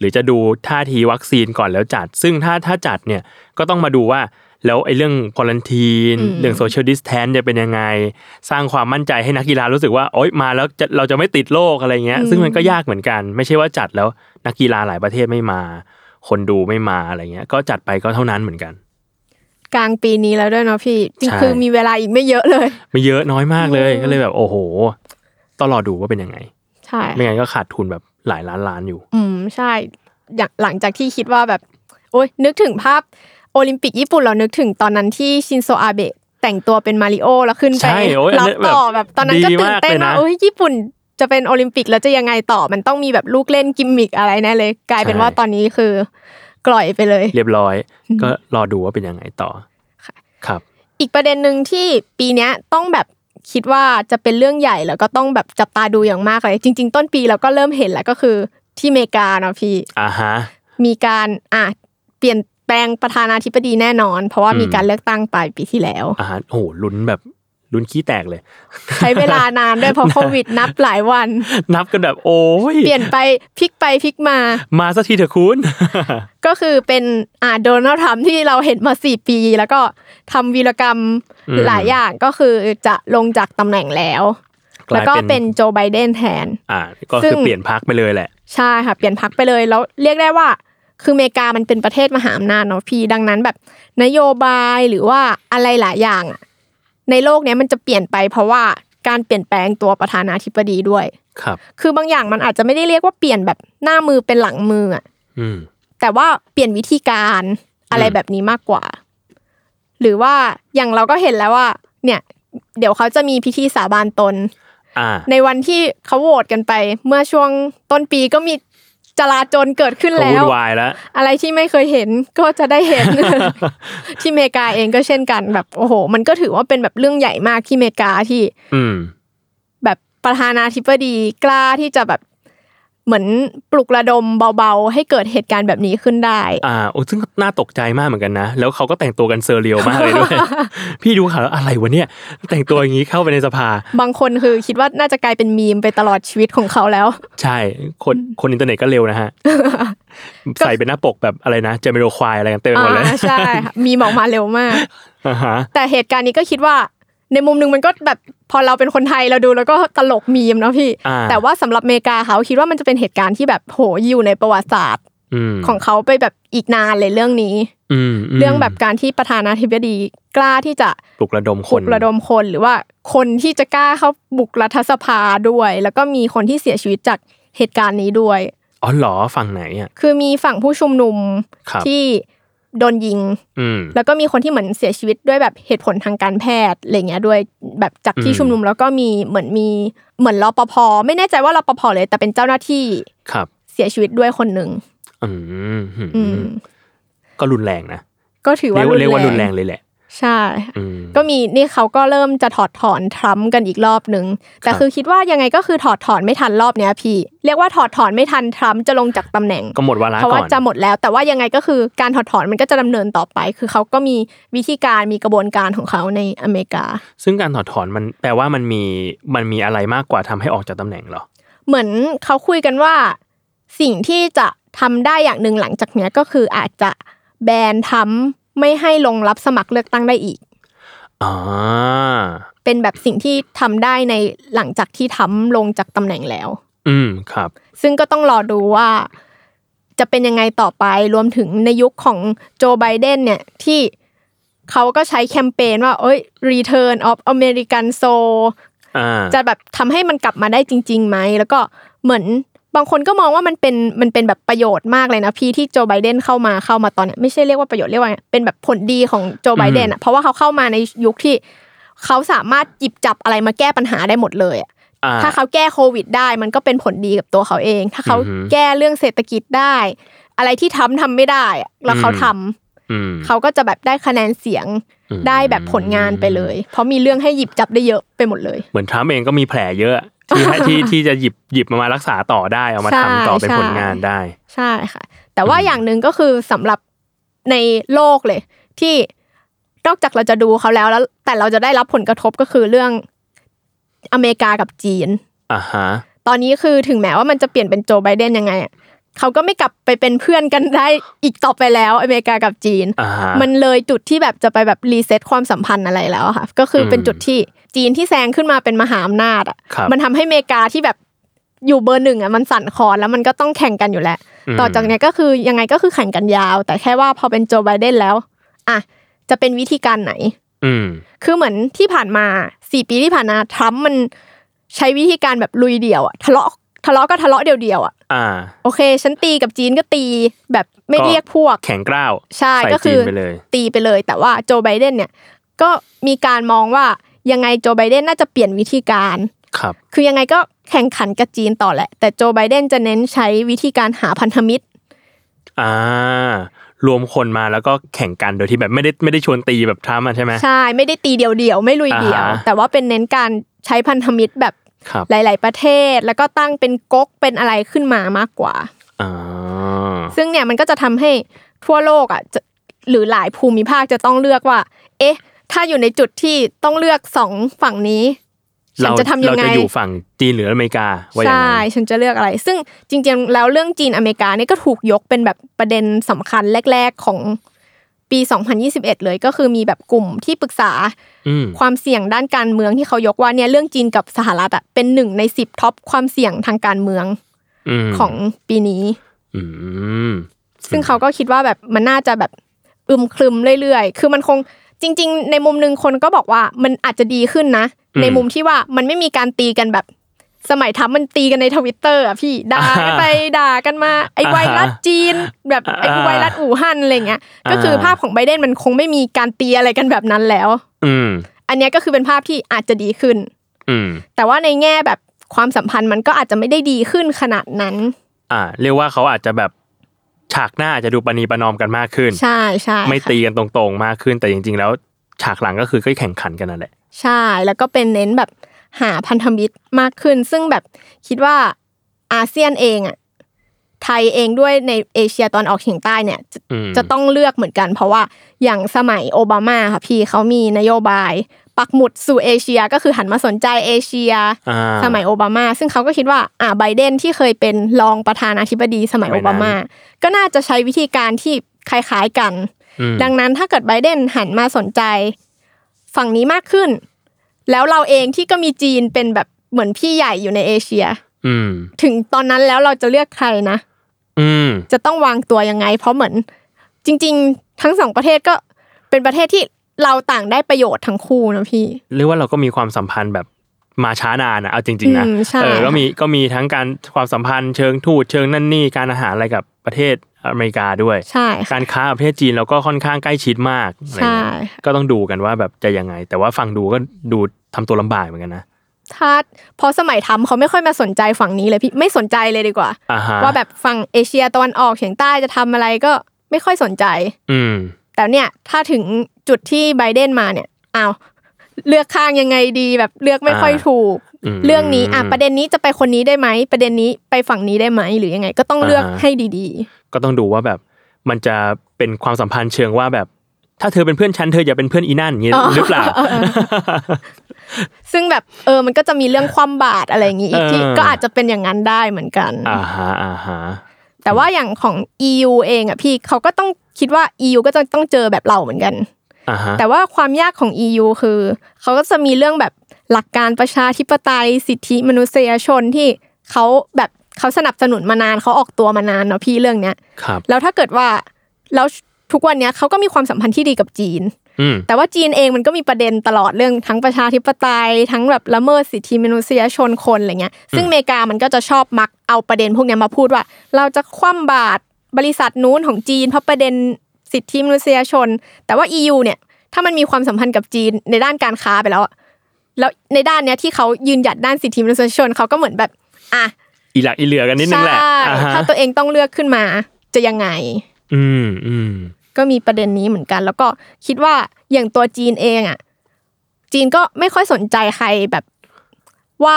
หรือจะดูท่าทีวัคซีนก่อนแล้วจัด ซึ่งถ้าถ้าจัดเนี่ยก็ต้องมาดูว่าแล้วไอ้เรื่องควอลันทีน อืม เรื่องโซเชียลดิสแทนจะเป็นยังไง สร้างความมั่นใจให้นักกีฬารู้สึกว่าโอ๊ยมาแล้วจะเราจะไม่ติดโรคอะไรเงี้ย ซึ่งมันก็ยากเหมือนกัน ไม่ใช่ว่าจัดแล้วนักกีฬาหลายประเทศไม่มา คนดูไม่มาอะไรเงี้ย ก็จัดไปก็เท่านั้นเหมือนกัน กลางปีนี้แล้วด้วยเนาะพี่จริง ใช่ คือมีเวลาอีกไม่เยอะเลย ไม่เยอะน้อยมากเลยก็เลยแบบโอ้โหต้องรอดูว่าเป็นยังไง ใช่ ไม่งั้นก็ขาดทุนแบบหลายล้านล้านอยู่ อืมใช่อย่างหลังจากที่คิดว่าแบบ โอ๊ยนึกถึงภาพโอลิมปิกญี่ปุ่นเรานึกถึงตอนนั้นที่ชินโซอาเบะแต่งตัวเป็นมาริโอแล้วขึ้นไป ใช่โอ๊ยอัน รั นั้ บ น ต่อ แบบ แบบตอนนั้นก็ ดี ตื่น มาก เต้น เลยนะ ว่าโอ้ยญี่ปุ่นจะเป็นโอลิมปิกแล้วจะยังไงต่อมันต้องมีแบบลูกเล่นกิมมิกอะไรแน่เลย กลายเป็นว่าตอนนี้คือกล่อยไปเลย เรียบร้อย ก็รอดูว่าเป็นยังไงต่อ ครับ อีกประเด็นหนึ่งที่ปีเนี้ยต้องแบบคิดว่าจะเป็นเรื่องใหญ่แล้วก็ต้องแบบจับตาดูอย่างมากเลย จริง ๆ ต้นปีเราก็เริ่มเห็นแล้วก็คือที่อเมริกาเนาะพี่ อ่าฮะ มีการอ่ะเปลี่ยนแปลงประธานาธิบดีแน่นอน เพราะว่า อืม มีการเลือกตั้งปลายปีที่แล้ว อ่าฮะโอ้โหลุ้นแบบลุ้นขี้แตกเลย ใช้เวลานานด้วยเพราะโควิดนับหลายวัน นับกันแบบ โอ้ย เปลี่ยนไปพลิกไปพลิกมา มาสักทีเถอะคุณ ก็คือเป็นอ่าโดนัลด์ทรัมป์ที่เราเห็นมาสี่ปี แล้วก็ทำวีรกรรม อืม หลายอย่างก็คือจะลงจากตำแหน่งแล้ว ลา แล้ว ย ก็เป็นโจไบเดนแทน อ่า ก็ ซึ่ คือง เปลี่ยนพักไปเลยแหละ ใช่ค่ะเปลี่ยนพักไปเลยแล้วเรียกได้ว่า คืออเมริกามันเป็นประเทศมหาอำนาจเนาะพี่ดังนั้นแบบนโยบายหรือว่าอะไรหลายอย่างอะในโลกเนี้ยมันจะเปลี่ยนไปเพราะว่าการเปลี่ยนแปลงตัวประธานาธิบดีด้วย ครับ คือบางอย่างมันอาจจะไม่ได้เรียกว่าเปลี่ยนแบบหน้ามือเป็นหลังมืออะ อืม แต่ว่าเปลี่ยนวิธีการอะไร อืม แบบนี้มากกว่า หรือว่าอย่างเราก็เห็นแล้วว่า เนี่ย เดี๋ยวเขาจะมีพิธีสาบานตน อ่า ในวันที่เขาโหวตกันไป เมื่อช่วงต้นปีก็มี จราจรเกิดขึ้น ก็ แล้ วุ่ ว นวายแล้ว อะไรที่ไม่เคยเห็นก็จะได้เห็น ที่อเมริกาเองก็เช่นกันแบบโอ้โห มันก็ถือว่าเป็นแบบเรื่องใหญ่มากที่อเมริกาที่ อืม แบบประธานาธิบดีกล้าที่จะแบบเหมือนปลุกระดมเบาๆ ให้เกิดเหตุการณ์แบบนี้ขึ้นได้ อ่าโอ้ซึ่งน่าตกใจมากเหมือนกันนะ แล้วเขาก็แต่งตัวกันเซอร์เรียลมากเลย ด้วย พี่ดูข่าวแล้วอะไรวะเนี่ย แต่งตัวอย่างนี้เข้าไปในสภา บางคนคือคิดว่าน่าจะกลายเป็นมีมไปตลอดชีวิตของเขาแล้ว ใช่ คนคนอินเทอร์เน็ตก็เร็ว นะฮะ ใส่เป็นหน้าปกแบบอะไรนะ เจมิโรควายอะไรกันเต็มไปหมดเลย อ่าใช่ค่ะมีมออกมาเร็วมาก อ่าฮะ แต่เหตุการณ์นี้ก็คิดว่า ในมุมหนึ่งมันก็แบบพอเราเป็นคนไทยเราดูแล้วก็ตลกมีมเนาะพี่ อ่า แต่ว่าสำหรับอเมริกาเขาคิดว่ามันจะเป็นเหตุการณ์ที่แบบโหอยู่ในประวัติศาสตร์ อืม ของเขาไปแบบอีกนานเลยเรื่องนี้ อืมม เรื่องแบบการที่ประธานาธิบดีกล้าที่จะ ปลุกระดมค ปลุ น กระดมคนหรือว่าคนที่จะกล้าเข้าบุกรัฐสภาด้วย แล้วก็มีคนที่เสียชีวิตจากเหตุการณ์นี้ด้วย อ๋อเหรอฝั่งไหนอ่ะ คือมีฝั่งผู้ชุมนุม ครับ ที่โดนยิง อืม แล้วก็มีคนที่เหมือนเสียชีวิตด้วยแบบเหตุผลทางการแพทย์อะไรเงี้ยด้วยแบบจากที่ อืม ชุมนุมแล้วก็มีเหมือนมีเหมือนรปภไม่แน่ใจว่ารปภเลย แต่เป็นเจ้าหน้าที่ ครับ เสียชีวิตด้วยคนหนึ่ง อืมอืม อืม ก็รุนแรงนะ ก็ถือ เรี ว่ากยว่านรุเรียกว่ารุน แร แรง ง เลยแหละ ใช่ อืม ก็มีนี่เขาก็เริ่มจะถอดถอนทรัมป์กันอีกรอบหนึ่งแต่ ครับ คือคิดว่ายังไงก็คือถอดถอนไม่ทันรอบเนี้ยพี่ เรียกว่าถอดถอนไม่ทันทรัมป์จะลงจากตำแหน่ง ก็หมดวาระ เพราะ ก่ ว่า อน จะหมดแล้ว แต่ว่ายังไงก็คือการถอดถอนมันก็จะดำเนินต่อไป คือเขาก็มีวิธีการมีกระบวนการของเขาในอเมริกา ซึ่งการถอดถอนมันแปลว่ามันมีมันมีอะไรมากกว่าทำให้ออกจากตำแหน่งเหรอ เหมือนเขาคุยกันว่า สิ่งที่จะทำได้อย่างหนึ่งหลังจากเนี้ยก็คืออาจจะแบนทรัมป์ไม่ให้ลงรับสมัครเลือกตั้งได้อีก อ่า เป็นแบบสิ่งที่ทำได้ในหลังจากที่ทรัมป์ลงจากตำแหน่งแล้ว อืม ครับ ซึ่งก็ต้องรอดูว่าจะเป็นยังไงต่อไปรวมถึงในยุคของโจไบเดนเนี่ยที่เขาก็ใช้แคมเปญว่าเอ้ย Return of American Soul อ่า จะแบบทำให้มันกลับมาได้จริงๆไหม แล้วก็เหมือนบางคนก็มองว่ามันเป็นมันเป็นแบบประโยชน์มากเลยนะพี่ที่โจไบเดนเข้ามาเข้ามาตอนเนี้ยไม่ใช่เรียกว่าประโยชน์เรียกว่าไงเป็นแบบผลดีของโจไบเดนอ่ะเพราะว่าเขาเข้ามาในยุคที่เขาสามารถหยิบจับอะไรมาแก้ปัญหาได้หมดเลยอะ อ่า ถ้าเขาแก้โควิดได้มันก็เป็นผลดีกับตัวเขาเอง ถ้าเขา อือฮึ แก้เรื่องเศรษฐกิจได้ อะไรที่ทำทำไม่ได้อะแล้วเขา อืม ทำ อืม เขาก็จะแบบได้คะแนนเสียง อืม ได้แบบผลงานไปเลย เพราะมีเรื่องให้หยิบจับได้เยอะไปหมดเลย เหมือนทรัมป์เองก็มีแผลเยอะ ที่ ที่ที่จะหยิบหยิบมามารักษาต่อได้ เอามา ใช่ ทำต่อเป็น ใช่ ผลงานได้ ใช่ค่ะ แต่ว่าอย่างหนึ่งก็คือสำหรับในโลกเลย ที่นอกจากเราจะดูเขาแล้วแล้ว แต่เราจะได้รับผลกระทบก็คือเรื่องอเมริกากับจีน อ่าฮะ ตอนนี้คือถึงแม้ว่ามันจะเปลี่ยนเป็นโจไบเดนยังไงอะเขาก็ไม่กลับไปเป็นเพื่อนกันได้อีกต่อไปแล้วอเมริกากับจีน อ่าฮะ มันเลยจุดที่แบบจะไปแบบรีเซ็ตความสัมพันธ์อะไรแล้วอะค่ะ ก็คือเป็น อืม จุดที่จีนที่แซงขึ้นมาเป็นมหาอำนาจอ่ะ ครับ มันทำให้อเมริกาที่แบบอยู่เบอร์หนึ่งอ่ะมันสั่นคลอนแล้วมันก็ต้องแข่งกันอยู่แล้ว ม ต่อจากเนี้ยก็คือยังไงก็คือแข่งกันยาว แต่แค่ว่าพอเป็นโจไบเดนแล้วอ่ะจะเป็นวิธีการไหน อืม คือเหมือนที่ผ่านมาสี่ปีที่ผ่านมาทรัมป์มันใช้วิธีการแบบลุยเดี่ยวอะทะเลาะทะเลาะก็ทะเลาะเดี่ยวๆอะ อ่า โอเค ฉันตีกับจีนก็ตีแบบไม่ ก็ เรียกพวก แข็งกร้าว ใช่ ใส่ ก็ จี คื น อ ไปเลย ตีไปเลย แต่ว่าโจไบเดนเนี่ยก็มีการมองว่ายังไงโจไบเดนน่าจะเปลี่ยนวิธีการ ครับ คือยังไงก็แข่งขันกับจีนต่อแหละ แต่โจไบเดนจะเน้นใช้วิธีการหาพันธมิตร อ่ารวมคนมาแล้วก็แข่งกันโดยที่แบบไม่ได้ไม่ได้ชวนตีแบบทรัมป์อะใช่ไหม ใช่ไม่ได้ตีเดี่ยวๆไม่ลุยเดี่ยว อ่าฮะ แต่ว่าเป็นเน้นการใช้พันธมิตรแบบ ครับ หลาย ๆ ประเทศแล้วก็ตั้งเป็นก๊กเป็นอะไรขึ้นมามากกว่า อ่า ซึ่งเนี่ยมันก็จะทำให้ทั่วโลกอ่ะจะหรือหลายภูมิภาคจะต้องเลือกว่า เอ๊ะ ถ้าอยู่ในจุดที่ต้องเลือกสองฝั่งนี้ฉั เรา นจะทำยั เรา งไง จะอยู่ฝั่งจีนหรืออเมริกาว่าอย่าง ใช่ นั้น ฉันจะเลือกอะไร ซึ่งจริง ๆ แล้วเรื่องจีนอเมริกาเนี่ยก็ถูกยกเป็นแบบประเด็นสำคัญแรก ๆ ของปี 2021 เลยก็คือมีแบบกลุ่มที่ปรึกษา อืม ความเสี่ยงด้านการเมืองที่เขายกว่าเนี่ยเรื่องจีนกับสหรัฐอ่ะเป็นหนึ่งในสิบท็อปความเสี่ยงทางการเมือง ม ของปีนี้ อืม ซึ่งเขาก็คิดว่าแบบมันน่าจะแบบอึมครึมเรื่อยๆ คือมันคงจริง ๆ ในมุมหนึ่งคนก็บอกว่ามันอาจจะดีขึ้นนะ อืม ในมุมที่ว่ามันไม่มีการตีกันแบบ สมัยทำมันตีกันในทวิตเตอร์อะพี่ด่ากัน ไปด่ากันมา ไอ้ไวรัสจีน แบบไอ้ อ่า ไวรัสอู่ฮั่นอะไรเงี้ย ก็คืออา ภาพของไบเดนมันคงไม่มีการตีอะไรกันแบบนั้นแล้ว อืม อันเนี้ยก็คือเป็นภาพที่อาจจะดีขึ้น อืม แต่ว่าในแง่แบบความสัมพันธ์มันก็อาจจะไม่ได้ดีขึ้นขนาดนั้น อ่า เรียกว่าเขาอาจจะแบบฉากหน้าอาจจะดูประนีประนอมกันมากขึ้น ใช่ใช่ ไม่ ค่ะ ตีกันตรงๆมากขึ้น แต่จริง ๆ แล้วฉากหลังก็คือก็แข่งขันกันนั่นแหละ ใช่แล้วก็เป็นเน้นแบบหาพันธมิตรมากขึ้น ซึ่งแบบคิดว่าอาเซียนเองอ่ะไทยเองด้วยในเอเชียตอนออกเฉียงใต้เนี่ยจะ อืม จะต้องเลือกเหมือนกัน เพราะว่าอย่างสมัยโอบามาค่ะพี่เขามีนโยบาย ปักหมุดสู่เอเชียก็คือหันมาสนใจเอเชีย อ่า สมัยโอบามา ซึ่งเขาก็คิดว่าอ่าไบเดนที่เคยเป็นรองประธานาธิบดีสมัย สมั โอนั้ยน บามา ก็น่าจะใช้วิธีการที่คล้ายๆกัน อืม ดังนั้นถ้าเกิดไบเดนหันมาสนใจฝั่งนี้มากขึ้น แล้วเราเองที่ก็มีจีนเป็นแบบเหมือนพี่ใหญ่อยู่ในเอเชีย อืม ถึงตอนนั้นแล้วเราจะเลือกใครนะ อืม จะต้องวางตัวยังไง เพราะเหมือนจริง ๆ ทั้งสองประเทศก็เป็นประเทศที่เราต่างได้ประโยชน์ทั้งคู่นะพี่ เรียกว่าเราก็มีความสัมพันธ์แบบมาช้านานนะเอาจริง ๆ นะ อืมใช่ เออก็มีก็มีทั้งการความสัมพันธ์เชิงทูตเชิงนั่นนี่การอาหารอะไรกับประเทศอเมริกาด้วย ใช่ค่ะ การค้ากับประเทศจีนเราก็ค่อนข้างใกล้ชิดมากอะไรเงี้ย ใช่ค่ะ ก็ต้องดูกันว่าแบบจะยังไง แต่ว่าฟังดูก็ดูทำตัวลำบากเหมือนกันนะ ถ้าพอสมัยทำเขาไม่ค่อยมาสนใจฝั่งนี้เลยพี่ไม่สนใจเลยดีกว่า อ่าฮะ ว่าแบบฝั่งเอเชียตะวันออกเฉียงใต้จะทำอะไรก็ไม่ค่อยสนใจ อืม แต่เนี่ยถ้าถึงจุดที่ไบเดนมาเนี่ยอ้าวเลือกข้างยังไงดีแบบเลือกไม่ค่อย อ่า ถูก อืม เรื่องนี้อ่ะประเด็นนี้จะไปคนนี้ได้ไหมประเด็นนี้ไปฝั่งนี้ได้ไหมหรือยังไง ก็ต้องเลือก อ่าฮะ ให้ดี ก็ต้องดูว่าแบบมันจะเป็นความสัมพันธ์เชิงว่าแบบ ถ้าเธอเป็นเพื่อนฉันเธออย่าเป็นเพื่อนอีนั่นอย่างงี้หรือเปล่า ๆ ซึ่งแบบเออมันก็จะมีเรื่องความบาดอะไรอย่างงี้อีกที่ เออ ก็อาจจะเป็นอย่างนั้นได้เหมือนกัน อ่าฮะอ่าฮะ แต่ว่าอย่างของ EU เองอ่ะพี่เขาก็ต้องคิดว่า EU ก็จะต้องเจอแบบเราเหมือนกัน อ่าฮะ แต่ว่าความยากของ EU คือเขาก็จะมีเรื่องแบบหลักการประชาธิปไตยสิทธิมนุษยชนที่เขาแบบเขาสนับสนุนมานานเขาออกตัวมานานเนาะพี่เรื่องเนี้ย ครับ แล้วถ้าเกิดว่าแล้วทุกวันเนี้ยเขาก็มีความสัมพันธ์ที่ดีกับจีน อืม แต่ว่าจีนเองมันก็มีประเด็นตลอดเรื่องทั้งประชาธิปไตย ทั้งแบบละเมิดสิทธิมนุษยชนคนอะไรเงี้ยซึ่งอเมริกามันก็จะชอบมักเอาประเด็นพวกเนี้ยมาพูดว่า เราจะคว่ำบาตรบริษัทนู้นของจีน เพราะประเด็นสิทธิมนุษยชน แต่ว่า EU เนี่ยถ้ามันมีความสัมพันธ์กับจีนในด้านการค้าไปแล้วอะแล้วในด้านเนี้ยที่เขายืนหยัดด้านสิทธิมนุษยชนเขาก็เหมือนแบบอ่ะ อีหลักอีเหลือกันนิดนึงแหละ ใช่ อ่าฮะ ถ้าตัวเองต้องเลือกขึ้นมาจะยังไง อืมอืม ก็มีประเด็นนี้เหมือนกัน แล้วก็คิดว่าอย่างตัวจีนเองอ่ะจีนก็ไม่ค่อยสนใจใครแบบว่า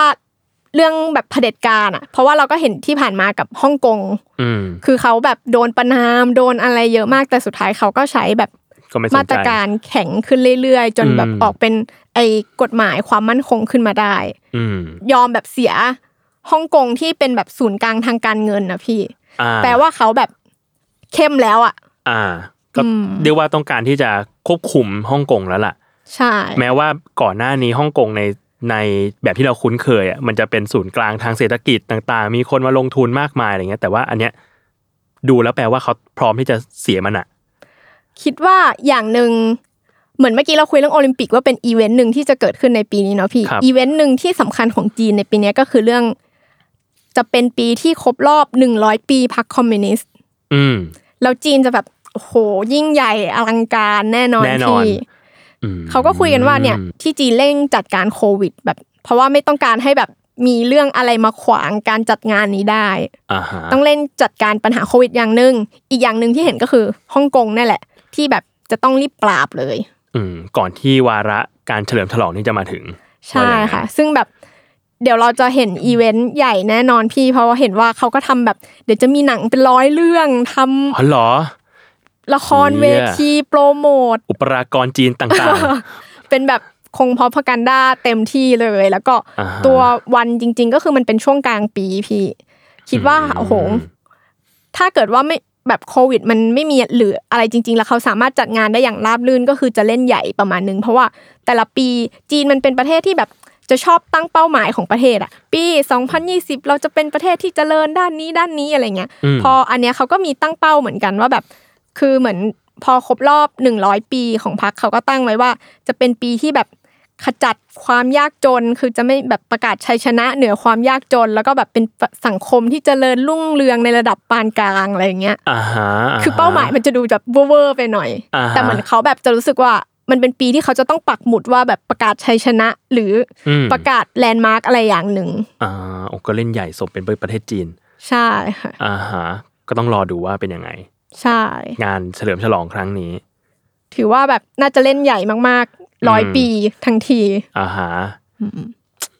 เรื่องแบบเผด็จการอ่ะ เพราะว่าเราก็เห็นที่ผ่านมากับฮ่องกง อืม คือเขาแบบโดนประนามโดนอะไรเยอะมากแต่สุดท้ายเขาก็ใช้แบบ ก็ไม่สนใจ มาตรการแข็งขึ้นเรื่อยๆ จนแบบ อืม ออกเป็นไอ้กฎหมายความมั่นคงขึ้นมาได้ อืม ยอมแบบเสียฮ่องกงที่เป็นแบบศูนย์กลางทางการเงินนะพี่ อ่า แปลว่าเขาแบบเข้มแล้วอ่ะ อ่า ก็ อืม เรียกว่าต้องการที่จะควบคุมฮ่องกงแล้วล่ะ ใช่ แม้ว่าก่อนหน้านี้ฮ่องกงในในแบบที่เราคุ้นเคยอ่ะมันจะเป็นศูนย์กลางทางเศรษฐกิจต่าง ๆ มีคนมาลงทุนมากมายอะไรเงี้ยแต่ว่าอันเนี้ยดูแล้วแปลว่าเขาพร้อมที่จะเสียมันอ่ะ คิดว่าอย่างหนึ่งเหมือนเมื่อกี้เราคุยเรื่องโอลิมปิกว่าเป็นอีเวนต์หนึ่งที่จะเกิดขึ้นในปีนี้เนาะพี่ ครับ อีเวนต์หนึ่งที่สำคัญของจีนในปีเนี้ยก็คือเรื่อง จะเป็นปีที่ครบรอบหนึ่งร้อยปีพรรคคอมมิวนิสต์ อืม แล้วจีนจะแบบโอ้โห ยิ่งใหญ่อลังการแน่นอน แน่นอน ที่ อืม เขาก็คุยกันว่าเนี่ย ที่จีนเร่งจัดการโควิด แบบ เพราะว่าไม่ต้องการให้แบบมีเรื่องอะไรมาขวางการจัดงานนี้ได้ อ่าฮะ ต้องเล่นจัดการปัญหาโควิดอย่างหนึ่งอีกอย่างหนึ่งที่เห็นก็คือฮ่องกงนั่นแหละ ที่แบบจะต้องรีบปราบเลย อืมก่อนที่วาระการเฉลิมฉลองนี่จะมาถึง ใช่ ว่าอย่างนั้น ค่ะ ซึ่งแบบเดี๋ยวเราจะเห็นอีเวนต์ใหญ่แน่นอนพี่ เพราะว่าเห็นว่าเขาก็ทำแบบ เดี๋ยวจะมีหนังเป็นร้อยเรื่องทำ อ๋อเหรอ ละคร เชี่ เวย ทีโปรโมท อุปรากรจีนต่าง เป็นแบบคงพอพกันด้าเต็มที่เลย แล้วก็ อ่าฮะ ตัววันจริง ๆ ก็คือมันเป็นช่วงกลางปีพี่ คิดว่าโอ้โห ถ้าเกิดว่าไม่แบบโควิด มันไม่มีหรืออะไรจริง ๆ แล้วเขาสามารถจัดงานได้อย่างราบรื่นก็คือจะเล่นใหญ่ประมาณนึง เพราะว่าแต่ละปีจีนมันเป็นประเทศที่แบบจะชอบตั้งเป้าหมายของประเทศอะปี 2020 เราจะเป็นประเทศที่เจริญด้านนี้ด้านนี้อะไรเงี้ย อืม พออันเนี้ยเขาก็มีตั้งเป้าเหมือนกันว่าแบบ คือเหมือนพอครบรอบ 100 ปีของพรรคเขาก็ตั้งไว้ว่า จะเป็นปีที่แบบขจัดความยากจน คือจะไม่แบบประกาศชัยชนะเหนือความยากจน แล้วก็แบบเป็นสังคมที่เจริญรุ่งเรืองในระดับปานกลางอะไรอย่างเงี้ย ๆอ่าฮะ คือเป้าหมายมันจะดูแบบเวอร์ๆไปหน่อย าฮะ แต่เหมือนเขาแบบจะรู้สึกว่ามันเป็นปีที่เขาจะต้องปักหมุดว่าแบบประกาศชัยชนะ หรือ อืม ประกาศแลนด์มาร์กอะไรอย่างหนึ่ง อ่าโอ้ก็เล่นใหญ่สมเป็นประเทศจีน ใช่ค่ะ อ่าฮะก็ต้องรอดูว่าเป็นยังไง ใช่ งานเฉลิมฉลองครั้งนี้ ถือว่าแบบน่าจะเล่นใหญ่มากๆร้อย อืม ปีทั้งที อ่าฮะ อืม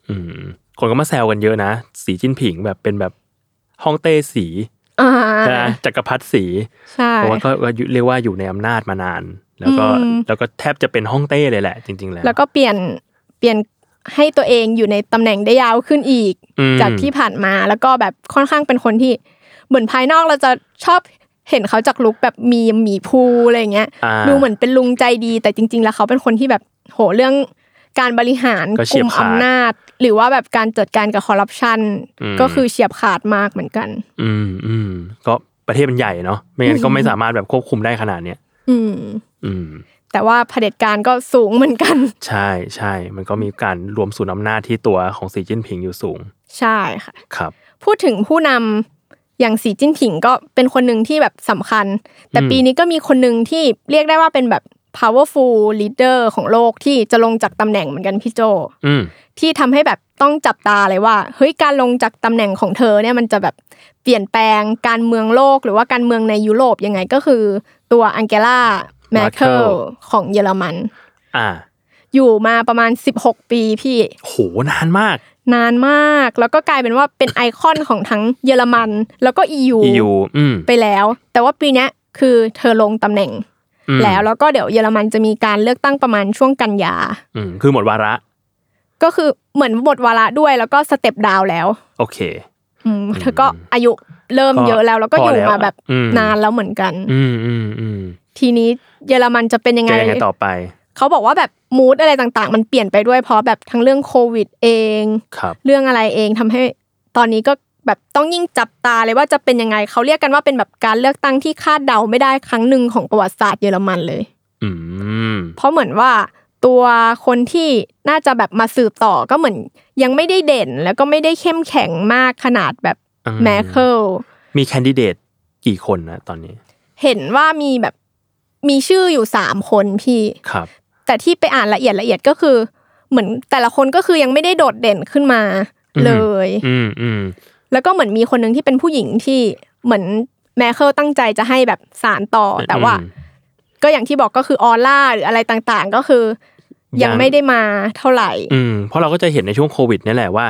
อืม คนก็มาแซวกันเยอะนะ สีจิ้นผิงแบบเป็นแบบฮ่องเต้สี อ่า นะจักรพรรดิสี ใช่ เพราะว่าก็ก็เรียกว่าอยู่ในอำนาจมานาน แล้วก็ อืม แล้วก็แทบจะเป็นฮ่องเต้เลยแหละ จริง ๆ แล้ว แล้วก็เปลี่ยนเปลี่ยนให้ตัวเองอยู่ในตำแหน่งได้ยาวขึ้นอีก อืม จากที่ผ่านมาแล้วก็แบบค่อนข้างเป็นคนที่เหมือนภายนอกเราจะชอบเห็นเขาจากลุกแบบมีหมีภูอะไรอย่างเงี้ย า ดูเหมือนเป็นลุงใจดี แต่จริง ๆ แล้วเขาเป็นคนที่แบบโหเรื่องการบริหาร ก็เฉี ก ย ลุ่ บ ม ขาด อำนาจ หรือว่าแบบการจัดการกับคอร์รัปชัน อืม ก็คือเฉียบขาดมากเหมือนกัน อืมอืมก็ประเทศมันใหญ่เนาะไม่งั้นก็ไม่สามารถแบบควบคุมได้ขนาดเนี้ย อืม อืม แต่ว่าเผด็จการก็สูงเหมือนกัน ใช่ใช่ มันก็มีการรวมศูนย์อำนาจที่ตัวของสีจิ้นผิงอยู่สูง ใช่ค่ะ ครับ พูดถึงผู้นำอย่างสีจิ้นผิงก็เป็นคนหนึ่งที่แบบสำคัญ แต่ อืม ปีนี้ก็มีคนหนึ่งที่เรียกได้ว่าเป็นแบบ powerful leader ของโลกที่จะลงจากตำแหน่งเหมือนกันพี่โจ อืม ที่ทำให้แบบต้องจับตาเลยว่าเฮ้ยการลงจากตำแหน่งของเธอเนี่ยมันจะแบบเปลี่ยนแปลงการเมืองโลกหรือว่าการเมืองในยุโรปยังไงก็คือตัวอังเกล่าแม Merkel เคิลของเยอรมัน อ่า อยู่มาประมาณ 16 ปีพี่ โหนานมาก นานมาก แล้วก็กลายเป็นว่าเป็นไอคอนของทั้งเยอรมัน แล้วก็ EU, EU อืม ไปแล้ว แต่ว่าปีเนี้ยคือเธอลงตำแหน่ง อืม แล้วแล้วก็เดี๋ยวเยอรมันจะมีการเลือกตั้งประมาณช่วงกันยา อืมคือหมดวาระ ก็คือเหมือนหมดวาระด้วยแล้วก็สเต็ปดาวน์แล้ว โอเค อืมเธอก็อายุเริ่ม ก็ เยอะแล้ว แล้วก็ พอ อ อยู่ แล้ว มาแบบ อืม นานแล้วเหมือนกัน อืมอืมอืม ทีนี้เยอรมันจะเป็นยังไง จะยังไงต่อไป เขาบอกว่าแบบมูดอะไรต่างๆ มันเปลี่ยนไปด้วยเพราะแบบทั้งเรื่องโควิดเอง ครับ เรื่องอะไรเองทำให้ตอนนี้ก็แบบต้องยิ่งจับตาเลยว่าจะเป็นยังไง เขาเรียกกันว่าเป็นแบบการเลือกตั้งที่คาดเดาไม่ได้ครั้งหนึ่งของประวัติศาสตร์เยอรมันเลย อืม เพราะเหมือนว่าตัวคนที่น่าจะแบบมาสืบต่อก็เหมือนยังไม่ได้เด่น แล้วก็ไม่ได้เข้มแข็งมากขนาดแบบ อืม แมคเคิล มีแคนดิเดตกี่คนนะตอนนี้ เห็นว่ามีแบบมีชื่ออยู่สามคนพี่ ครับ แต่ที่ไปอ่านละเอียดละเอียดก็คือ เหมือนแต่ละคนก็คือยังไม่ได้โดดเด่นขึ้นมา อืม เลย อืมอืม แล้วก็เหมือนมีคนหนึ่งที่เป็นผู้หญิงที่เหมือนแมเคิลตั้งใจจะให้แบบสารต่อ แต่ว่า อืม ก็อย่างที่บอกก็คือออร่าหรืออะไรต่างๆ ก็คือ ยั ยัง งไม่ได้มาเท่าไหร่ อืมเพราะเราก็จะเห็นในช่วงโควิดเนี่ยแหละว่า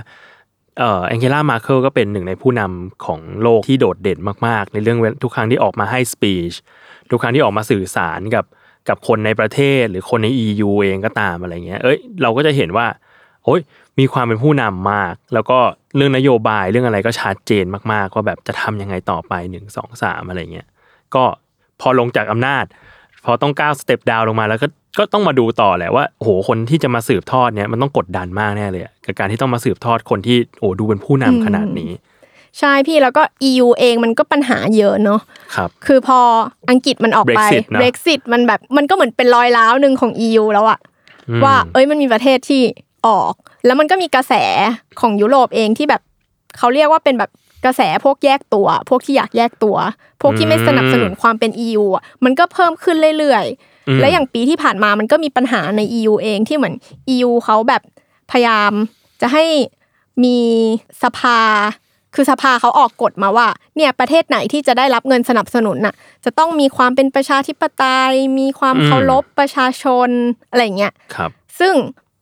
เอ่อแองเกลามาเคิลก็เป็นหนึ่งในผู้นำของโลกที่โดดเด่นมากๆ ในเรื่องเวลทุกครั้งที่ออกมาให้สปีชทุกครั้งที่ออกมาสื่อสารกับกับคนในประเทศหรือคนใน EU เองก็ตามอะไรเงี้ยเอ้ยเราก็จะเห็นว่าโอ้ยมีความเป็นผู้นำมาก แล้วก็เรื่องนโยบายเรื่องอะไรก็ชัดเจนมากๆว่าแบบจะทำยังไงต่อไป1 2 3อะไรเงี้ยก็พอลงจากอำนาจ พอต้องก้าวสเต็ปดาวลงมาแล้วก็ก็ต้องมาดูต่อแหละว่าโอ้โหคนที่จะมาสืบทอดเนี่ยมันต้องกดดันมากแน่เลยอะกับการที่ต้องมาสืบทอดคนที่โอ้โหดูเป็นผู้นำขนาดนี้ ใช่พี่แล้วก็ EU เองมันก็ปัญหาเยอะเนาะ ครับ คือพออังกฤษมันออกไป Brexit นะ Brexit มันแบบมันก็เหมือนเป็นรอยร้าวหนึ่งของ EU แล้วอะ อืม ว่า เอ้ยมันมีประเทศที่ออก แล้วมันก็มีกระแสของยุโรปเองที่แบบเขาเรียกว่าเป็นแบบกระแสพวกแยกตัว พวกที่อยากแยกตัว พวกที่ไม่สนับสนุนความเป็น EU อะมันก็เพิ่มขึ้นเรื่อย อืม ๆ และอย่างปีที่ผ่านมามันก็มีปัญหาใน EU เองที่เหมือน EU เขาแบบพยายามจะให้มีสภา คือสภาเขาออกกฎมาว่า เนี่ยประเทศไหนที่จะได้รับเงินสนับสนุนน่ะ จะต้องมีความเป็นประชาธิปไตย มีความ อืม เคารพประชาชนอะไรอย่างเงี้ย ครับ ซึ่ง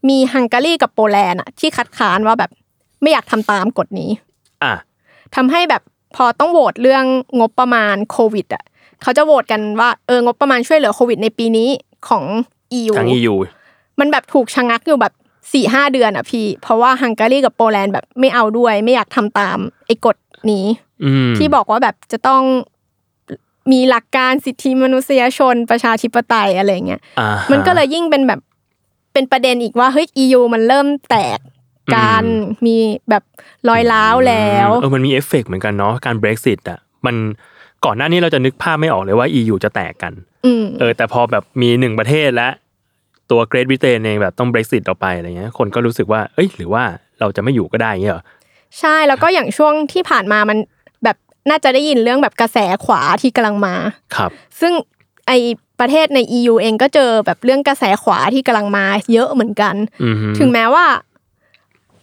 มีฮังการีกับโปแลนด์อะที่คัดค้านว่าแบบไม่อยากทำตามกฎนี้ อ่ะ ทำให้แบบพอต้องโหวตเรื่องงบประมาณโควิดอ่ะเขาจะโหวตกันว่าเอองบประมาณช่วยเหลือโควิดในปีนี้ของ EU ทั้ง EU มันแบบถูกชะงักอยู่แบบสี่ห้าเดือนอ่ะพี่ เพราะว่าฮังการีกับโปแลนด์แบบไม่เอาด้วยไม่อยากทำตามไอ้กฎนี้ อืม ที่บอกว่าแบบจะต้องมีหลักการสิทธิมนุษยชนประชาธิปไตยอะไรเงี้ย อ่าฮะ มันก็เลยยิ่งเป็นแบบเป็นประเด็นอีกว่าเฮ้ย EU มันเริ่มแตกการ อื มีแบบรอยร้าวแล้ว เออมันมีเอฟเฟกต์เหมือนกันเนาะการ Brexit อ่ะมันก่อนหน้านี้เราจะนึกภาพไม่ออกเลยว่า EU จะแตกกัน อืม เออแต่พอแบบมีหนึ่งประเทศและตัวเกร t บริเตนเองแบบต้อง Brexit ออกไปอะไรเงี้ยคนก็รู้สึกว่าเอ้ยหรือว่าเราจะไม่อยู่ก็ได้เงี้ยเหรอ ใช่แล้วก็อย่างช่วงที่ผ่านมามันแบบน่าจะได้ยินเรื่องแบบกระแสขวาที่กำลังมา ครับ ซึ่งไอประเทศใน EU เองก็เจอแบบเรื่องกระแสขวาที่กำลังมาเยอะเหมือนกัน อืมฮึ ถึงแม้ว่า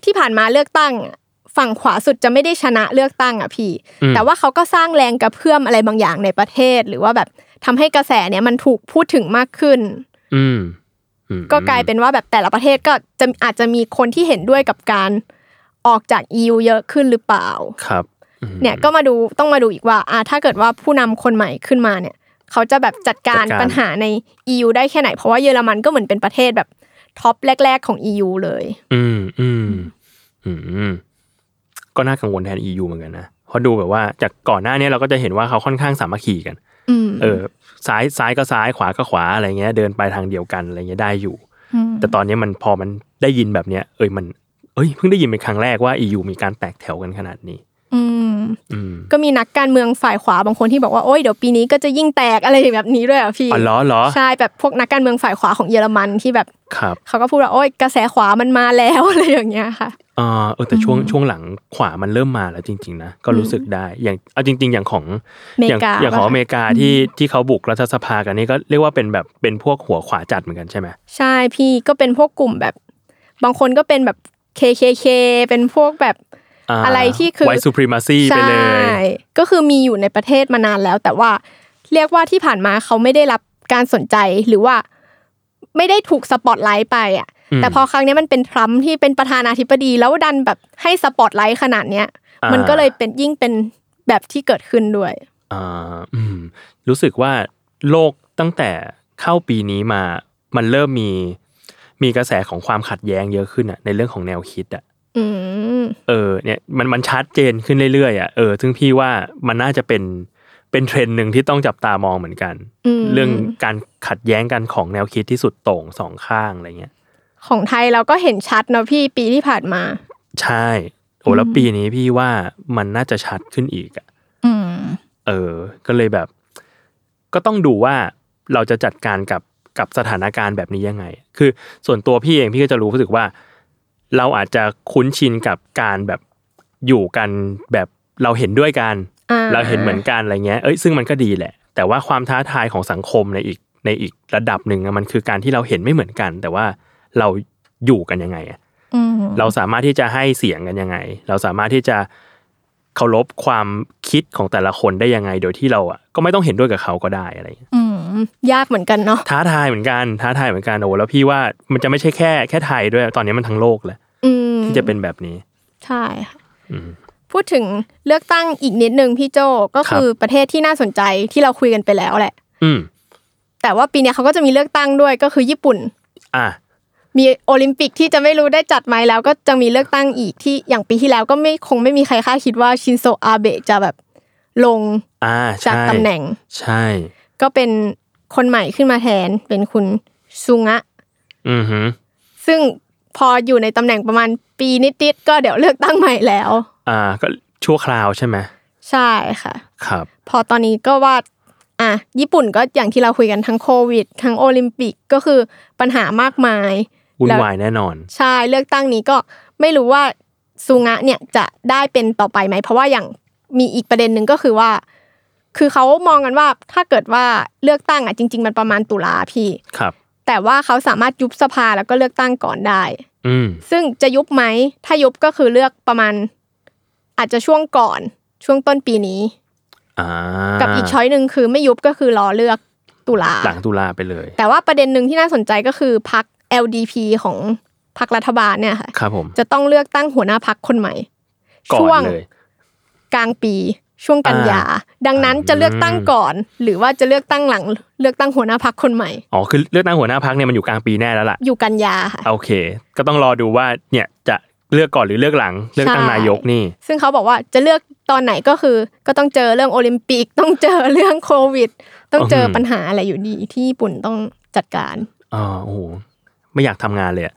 ที่ผ่านมาเลือกตั้งอะ ฝั่งขวาสุดจะไม่ได้ชนะเลือกตั้งอ่ะพี่ อืม แต่ว่าเขาก็สร้างแรงกระเพื่อมอะไรบางอย่างในประเทศ หรือว่าแบบทำให้กระแสเนี่ยมันถูกพูดถึงมากขึ้น อืมอืม ก็กลายเป็นว่าแบบแต่ละประเทศก็จะอาจจะมีคนที่เห็นด้วยกับการออกจาก EU เยอะขึ้นหรือเปล่า ครับ เนี่ยก็มาดูต้องมาดูอีกว่าอ่าถ้าเกิดว่าผู้นำคนใหม่ขึ้นมาเนี่ย เขาจะแบบจัดการ จัดการ ปัญหาใน EU ได้แค่ไหน เพราะว่าเยอรมันก็เหมือนเป็นประเทศแบบท็อปแรก ๆของ EU เลย อืมอืมอืมก็น่ากังวลแทน EU เหมือนกันนะเพราะดูแบบว่าจากก่อนหน้าเนี้เราก็จะเห็นว่าเขาค่อนข้างสามัคคีกัน อืม เออซ้ายซ้ายก็ซ้ายขวาก็ขวาอะไรเงี้ย เดินไปทางเดียวกันอะไรเงี้ยได้อยู่ ม แต่ตอนเนี้ยมันพอมันได้ยินแบบเนี้ยเอ้ยมัน เอ้ยเพิ่งได้ยินเป็นครั้งแรกว่า EU มีการแตกแถวกันขนาดนี้ อืม อืม ก็มีนักการเมืองฝ่ายขวาบางคนที่บอกว่าโอ๊ยเดี๋ยวปีนี้ก็จะยิ่งแตกอะไรแบบนี้ด้วยอ่ะพี่ อ๋อเหรอเหรอ ใช่แบบพวกนักการเมืองฝ่ายขวาของเยอรมันที่แบบ ครับ เขาก็พูดว่าโอ๊ยกระแสขวามันมาแล้ว อะไรอย่างเงี้ยค่ะ เออเออแต่ช่วงช่วงหลังขวามันเริ่มมาแล้วจริง ๆ นะก็รู้สึกได้อย่างเอาจริง ๆ อย่างของ เม อย่าง กา อย่างของ ปะ อเมริกาที่ที่เขาบุกรัฐสภากันนี่ก็เรียกว่าเป็นแบบเป็นพวกหัวขวาจัดเหมือนกันใช่ไหม ใช่พี่ก็เป็นพวกกลุ่มแบบ บางคนก็เป็นแบบ KKK เป็นพวกแบบ า อะไรที่คือ white supremacy ไป ใช่ เลย ก็คือมีอยู่ในประเทศมานานแล้ว แต่ว่าเรียกว่าที่ผ่านมาเขาไม่ได้รับการสนใจหรือว่าไม่ได้ถูกสปอตไลท์ไปอ่ะ อืม แต่พอครั้งเนี้ยมันเป็นทรัมป์ที่เป็นประธานาธิบดีแล้วดันแบบให้สปอตไลท์ขนาดเนี้ย อ่ามั มันก็เลยเป็นยิ่งเป็นแบบที่เกิดขึ้นด้วย อ่าอืมรู้สึกว่าโลกตั้งแต่เข้าปีนี้มา มันเริ่มมีมีกระแสของความขัดแย้งเยอะขึ้นอะในเรื่องของแนวคิดอะ อืม เออเนี่ยมันมันชัดเจนขึ้นเรื่อยๆอะเออซึ่งพี่ว่ามันน่าจะเป็นเป็นเทรนด์หนึ่งที่ต้องจับตามองเหมือนกัน ม เรื่องการขัดแย้งกันของแนวคิดที่สุดโต่งสองข้างอะไรเงี้ย ของไทยเราก็เห็นชัดเนอะพี่ปีที่ผ่านมา ใช่ โอ้แล้วปีนี้พี่ว่ามันน่าจะชัดขึ้นอีกอะ อืม เออ ก็เลยแบบ ก็ต้องดูว่าเราจะจัดการกับกับสถานการณ์แบบนี้ยังไง คือส่วนตัวพี่เองพี่ก็จะรู้สึกว่า เราอาจจะคุ้นชินกับการแบบอยู่กันแบบเราเห็นด้วยกัน อ่า เราเห็นเหมือนกันอะไรเงี้ย เอ้ยซึ่งมันก็ดีแหละ แต่ว่าความท้าทายของสังคมในอีกในอีกระดับหนึ่งอะมันคือการที่เราเห็นไม่เหมือนกัน แต่ว่าเราอยู่กันยังไงอะ อืม เราสามารถที่จะให้เสียงกันยังไง เราสามารถที่จะเคารพความคิดของแต่ละคนได้ยังไง โดยที่เราอ่ะก็ไม่ต้องเห็นด้วยกับเขาก็ได้อะไรอย่างเงี้ย อืมยากเหมือนกันเนาะ ท้าทายเหมือนกัน ท้าทายเหมือนกันโอ้แล้วพี่ว่ามันจะไม่ใช่แค่แค่ไทยด้วย ตอนนี้มันทั้งโลกเลย อืม ที่จะเป็นแบบนี้ ใช่ค่ะ อืม พูดถึงเลือกตั้งอีกนิดนึงพี่โจก็ ครับ คือประเทศที่น่าสนใจที่เราคุยกันไปแล้วแหละ อืม แต่ว่าปีเนี้ยเขาก็จะมีเลือกตั้งด้วยก็คือญี่ปุ่น อ่ะ มีโอลิมปิกที่จะไม่รู้ได้จัดไหมแล้วก็จะมีเลือกตั้งอีกที่อย่างปีที่แล้วก็ไม่คงไม่มีใครคาดคิดว่าชินโซอาเบะจะแบบลง อ่า จาก ใช่ ตำแหน่ง ใช่ ก็เป็นคนใหม่ขึ้นมาแทนเป็นคุณซุงะ อือหือ ซึ่งพออยู่ในตำแหน่งประมาณปีนิดๆก็เดี๋ยวเลือกตั้งใหม่แล้ว อ่าก็ชั่วคราวใช่ไหม ใช่ค่ะ ครับ พอตอนนี้ก็ว่าอ่ะญี่ปุ่นก็อย่างที่เราคุยกันทั้งโควิด ทั้งโอลิมปิกก็คือปัญหามากมาย วุ่น แล้ว วายแน่นอน ใช่เลือกตั้งนี้ก็ไม่รู้ว่าซูงะเนี่ยจะได้เป็นต่อไปไหม เพราะว่าอย่างมีอีกประเด็นหนึ่งก็คือว่า คือเขามองกันว่าถ้าเกิดว่าเลือกตั้งอ่ะจริง ๆ มันประมาณตุลาพี่ ครับ แต่ว่าเขาสามารถยุบสภาแล้วก็เลือกตั้งก่อนได้ อืม ซึ่งจะยุบไหมถ้ายุบก็คือเลือกประมาณ อาจจะช่วงก่อนช่วงต้นปีนี้ อ่า กับอีกช้อยหนึ่งคือไม่ยุบก็คือรอเลือกตุลา หลังตุลาไปเลย แต่ว่าประเด็นหนึ่งที่น่าสนใจก็คือพัก LDP ของพักรัฐบาลเนี่ยค่ะ ครับผม จะต้องเลือกตั้งหัวหน้าพักคนใหม่ ก่อ ช่วน ง เลย กลางปี ช่วงกันยา ดังนั้นจะเลือกตั้งก่อน หรือว่าจะเลือกตั้งหลัง เลือกตั้งหัวหน้าพักคนใหม่ อ๋อคือเลือกตั้งหัวหน้าพักเนี่ยมันอยู่กลางปีแน่แล้วล่ะ อยู่กันยาค่ะ โอเค ก็ต้องรอดูว่าเนี่ยจะเลือกก่อนหรือเลือกหลัง เลือกตั้งนายกนี่ ซึ่งเขาบอกว่าจะเลือกตอนไหนก็คือ ก็ต้องเจอเรื่องโอลิมปิก ต้องเจอเรื่องโควิด ต้องเจอ อหือ ปัญหาอะไรอยู่ดี ที่ญี่ปุ่นต้องจัดการ อ๋อโอ้โหไม่อยากทำงานเลยอะ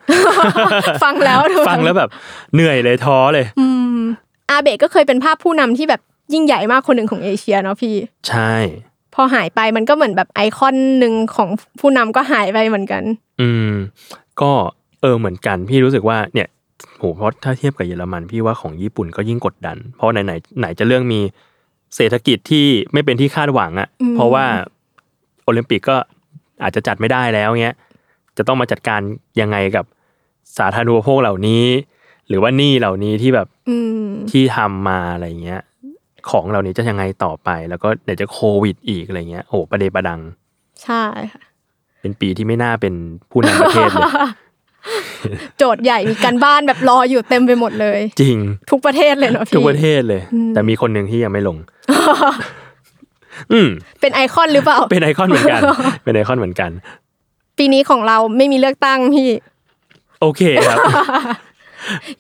ฟังแล้วดู ฟังแล้วแบบเหนื่อยเลยท้อเลย อืมอาเบะก็เคยเป็นภาพผู้นำที่แบบยิ่งใหญ่มากคนหนึ่งของเอเชียเนาะพี่ ใช่ พอหายไปมันก็เหมือนแบบไอคอนหนึ่งของผู้นำก็หายไปเหมือนกัน อืมก็เออเหมือนกัน พี่รู้สึกว่าเนี่ยโหเพราะถ้าเทียบกับเยอรมันพี่ว่าของญี่ปุ่นก็ยิ่งกดดัน เพราะไหนไหนไหนจะเรื่องมีเศรษฐกิจที่ไม่เป็นที่คาดหวังอะ่ะ อืม เพราะว่าโอลิมปิกก็อาจจะจัดไม่ได้แล้วเงี้ยจะต้องมาจัดการยังไงกับสาธารณูปโภคเหล่านี้ หรือว่าหนี้เหล่านี้ที่แบบ อืม ที่ทำมาอะไรเงี้ย ของเหล่านี้จะยังไงต่อไป แล้วก็เดี๋ยวจะโควิดอีกอะไรเงี้ยโอ้โหประเดประดัง ใช่ค่ะ เป็นปีที่ไม่น่าเป็นผู้นำประเทศเลย โจทย์ใหญ่มีการบ้านแบบรออยู่เต็มไปหมดเลย จริง ทุกประเทศเลยเนาะ ทุก พี่ ประเทศเลย อืม แต่มีคนหนึ่งที่ยัง ไม่ลง อืม เป็นไอคอนหรือเปล่า เป็นไอคอนเหมือน กัน เป็นไอคอนเหมือนกัน ปีนี้ของเราไม่มีเลือกตั้งพี่ โอเค ครับ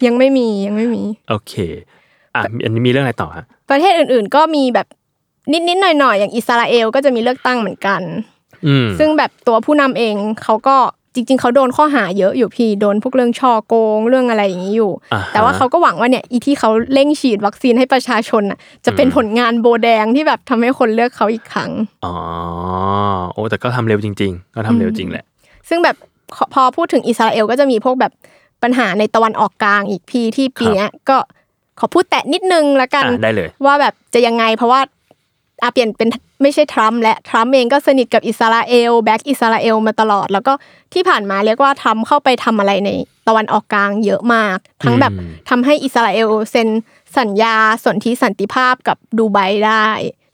ยังไม่มียังไม่มี โอเค อ่ะอันนี้มีเรื่องอะไรต่อฮะ ประเทศอื่นๆ ก็มีแบบนิดๆหน่อยๆอย่างอิสราเอลก็จะมีเลือกตั้งเหมือนกัน อืม ซึ่งแบบตัวผู้นำเองเขาก็จริง ๆเขาโดนข้อหาเยอะอยู่พี่โดนพวกเรื่องช่อโกงเรื่องอะไรอย่างนี้อยู่ อ่ฮะ แต่ว่าเขาก็หวังว่าเนี่ยอีที่เขาเร่งฉีดวัคซีนให้ประชาชนน่ะจะเป็น อืม ผลงานโบแดงที่แบบทำให้คนเลือกเขาอีกครั้ง อ๋อโอ้แต่ก็ทำเร็วจริง ๆ ก็ทำเร็วจริงแหละ ซึ่งแบบขอพอพูดถึงอิสราเอลก็จะมีพวกแบบปัญหาในตะวันออกกลางอีกพี่ที่ปีเนี้ยก็ขอพูดแตะนิดนึงละกัน อ่ะ ได้เลย ว่าแบบจะยังไงเพราะว่าอาเปลี่ยนเป็นไม่ใช่ทรัมป์และทรัมป์เองก็สนิทกับอิสราเอลแบ็กอิสราเอลมาตลอด แล้วก็ที่ผ่านมาเรียกว่าทรัมป์เข้าไปทำอะไรในตะวันออกกลางเยอะมาก ทั้งแบบ อืม ทำให้อิสราเอลเซ็นสัญญาสนธิสันติภาพกับดูไบได้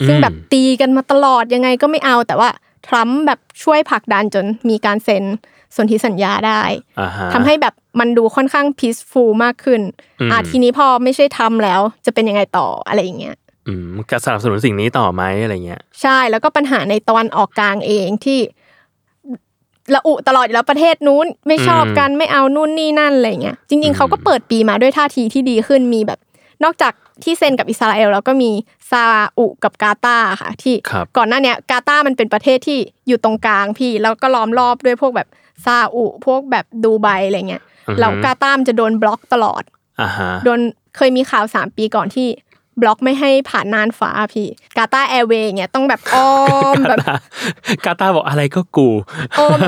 ซึ่งแบบตีกันมาตลอดยังไงก็ไม่เอาแต่ว่าทรัมป์แบบช่วยผลักดันจนมีการเซ็นสนธิสัญญาได้ อ่าฮะ ทำให้แบบมันดูค่อนข้าง peaceful มากขึ้น อืม อ่ะทีนี้พอไม่ใช่ทำแล้วจะเป็นยังไงต่ออะไรอย่างเงี้ย อืมจะสนับสนุนสิ่งนี้ต่อไหมอะไรเงี้ย ใช่ แล้วก็ปัญหาในตะวันออกกลางเองที่ระอุตลอดอยู่แล้วประเทศนู้นไม่ชอบ อืม กันไม่เอานู่นนี่นั่นอะไรเงี้ย จริง ๆเขาก็เปิดปีมาด้วยท่าทีที่ดีขึ้นมีแบบ นอกจากที่เซ็นกับอิสราเอลแล้วก็มีซาอุกับกาตาร์ค่ะ ที่ ครับ ก่อนหน้าเนี้ยกาตาร์มันเป็นประเทศที่อยู่ตรงกลางพี่ แล้วก็ล้อมรอบด้วยพวกแบบซาอุพวกแบบดูไบอะไรเงี้ย อือฮึ แล้วกาตาร์มนจะโดนบล็อกตลอด อ่าฮะ โดนเคยมีข่าวสามปีก่อนที่บล็อกไม่ให้ผ่านน่านฟ้าพี่ กาตาแอร์เวย์เงี้ยต้อง แบบอ้อม แบบ กาตาร์บอกอะไรก็กู อ้อม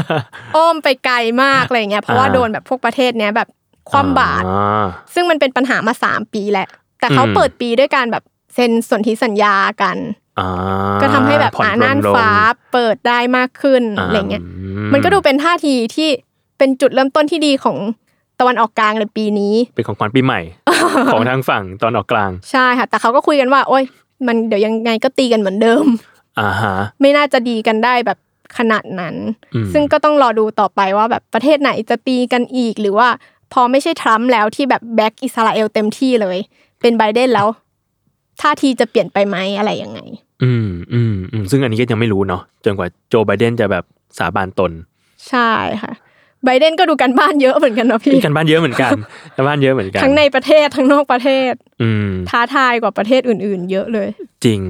อ้อมไปไกลมากอะไร เงี้ยเพราะว่า อ่า โดนแบบพวกประเทศเนี้ยแบบคว่ำบาตร อ่า ซึ่งมันเป็นปัญหามาสามปีแหละ แต่เขา อืม เปิดปีด้วยการแบบเซ็นสนธิสัญญากัน อ่า ก็ทำให้แบบ ผ่อ อ่า ปร น่าน ลง ฟ้าเปิดได้มากขึ้นอะไรเงี้ย มันก็ดูเป็นท่าทีที่เป็นจุดเริ่มต้นที่ดีของตะวันออกกลางในปีนี้ เป็นของขวัญปีใหม่ ของทางฝั่งตอนออกกลาง ใช่ค่ะ แต่เขาก็คุยกันว่า โอ้ย มันเดี๋ยวยังไงก็ตีกันเหมือนเดิม อ่าฮะ ไม่น่าจะดีกันได้แบบขนาดนั้น อืม ซึ่งก็ต้องรอดูต่อไปว่าแบบประเทศไหนจะตีกันอีก หรือว่าพอไม่ใช่ทรัมป์แล้วที่แบบแบ็กอิสราเอลเต็มที่เลย เป็นไบเดนแล้วท่าทีจะเปลี่ยนไปไหมอะไรยังไง อืมอืมอืมซึ่งอันนี้ก็ยังไม่รู้เนาะจนกว่าโจไบเดนจะแบบสาบานต น ใช่ค่ะไบเดนก็ดูกันบ้านเยอะเหมือนกันเนาะพี่ มีกันบ้านเยอะเหมือน กัน กันบ้านเยอะเหมือนกัน ทั้งในประเทศทั้งนอกประเทศ อืม ท้าทายกว่าประเทศอื่น ๆ เยอะเลย จริง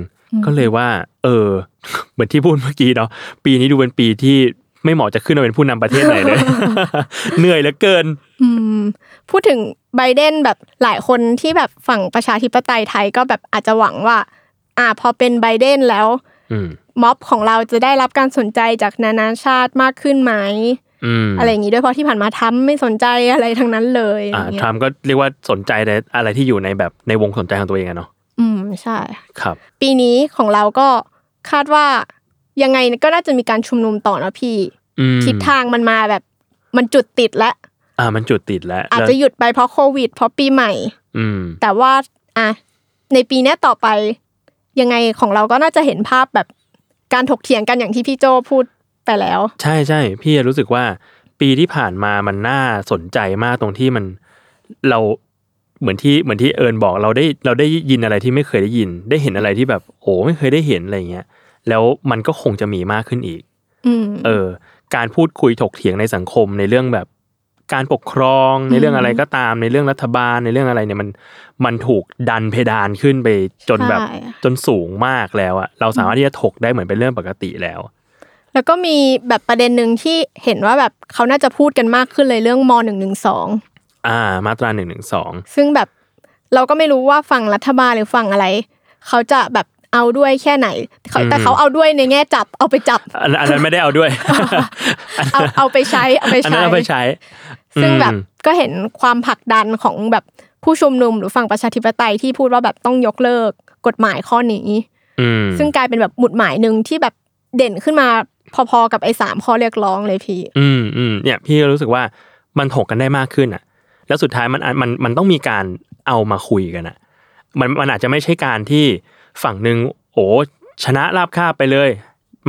ก็เลยว่า เออ เหมือนที่พูดเมื่อกี้เนาะปีนี้ดูเป็นปีที่ไม่เหมาะจะขึ้นมาเป็นผู้นำประเทศไหนเลย เหนื่อยเหลือเกิน อืมพูดถึงไบเดนแบบหลายคนที่แบบฝั่งประชาธิปไตยไทยก็แบบอาจจะหวังว่า อ่าพอเป็นไบเดนแล้ว อืม ม็อบของเราจะได้รับการสนใจจากนานาชาติมากขึ้นไหม อืม อะไรอย่างนี้ด้วยเพราะที่ผ่านมาทรัมป์ไม่สนใจอะไรทั้งนั้นเลย อ่า อย่างเงี้ ท ย รัมป์ก็เรียกว่าสนใจในอะไรที่อยู่ในแบบในวงสนใจของตัวเองอะเนาะ อืมใช่ ครับ ปีนี้ของเราก็คาดว่ายังไงก็น่าจะมีการชุมนุมต่อนะพี่ อืม ทิศทางมันมาแบบมันจุดติดแล้ว อ่า มันจุดติดแล้ว อาจ แล้ว จะหยุดไปเพราะโควิด เพราะปีใหม่ อืม แต่ว่าอ่ะในปีเนี้ยต่อไป ยังไงของเราก็น่าจะเห็นภาพแบบการถกเถียงกันอย่างที่พี่โจพูดไปแล้ว ใช่ใช่พี่รู้สึกว่า ปีที่ผ่านมามันน่าสนใจมากตรงที่มันเราเหมือนที่เหมือนที่เอิญบอกเราได้เราได้ยินอะไรที่ไม่เคยได้ยิน ได้เห็นอะไรที่แบบโอ้ไม่เคยได้เห็นอะไรเงี้ยแล้วมันก็คงจะมีมากขึ้นอีก อืม เออ การพูดคุยถกเถียงในสังคมในเรื่องแบบการปกครองในเรื่องอะไรก็ตามในเรื่องรัฐบาลในเรื่องอะไรเนี่ยมันมันถูกดันเพดานขึ้นไปจนแบบ ใช่ จนสูงมากแล้วอะเราสามารถที่จะถกได้เหมือนเป็นเรื่องปกติแล้ว แล้วก็มีแบบประเด็นหนึ่งที่เห็นว่าแบบเขาน่าจะพูดกันมากขึ้นเลยเรื่องมหนึ่งหนึ่งสอง อ่า มาตราหนึ่งหนึ่งสอง ซึ่งแบบเราก็ไม่รู้ว่าฝั่งรัฐบาลหรือฝั่งอะไร เขาจะแบบเอาด้วยแค่ไหนเขาแต่ อืม เขาเอาด้วยในแง่จับเอาไปจับ อันอันนั้นไม่ได้เอาด้วย เอาเอาไปใช้เอาไป อัน ใช้ นั้นเอาไปใช้ ซึ่งแบบ อืม ก็เห็นความผลักดันของแบบผู้ชุมนุมหรือฝั่งประชาธิปไตยที่พูดว่าแบบต้องยกเลิกกฎหมายข้อนี้ อืม ซึ่งกลายเป็นแบบหมุดหมายหนึ่งที่แบบเด่นขึ้นมาพอๆกับไอ้สามข้อเรียกร้องเลยพี่ อืมอืมเนี่ย พี่ก็รู้สึกว่ามันถกกันได้มากขึ้นอ่ะ แล้วสุดท้ายมันอ่ะมันมันต้องมีการเอามาคุยกันอะมันมันอาจจะไม่ใช่การที่ฝั่งหนึ่งโอ้ชนะราบคาบไปเลย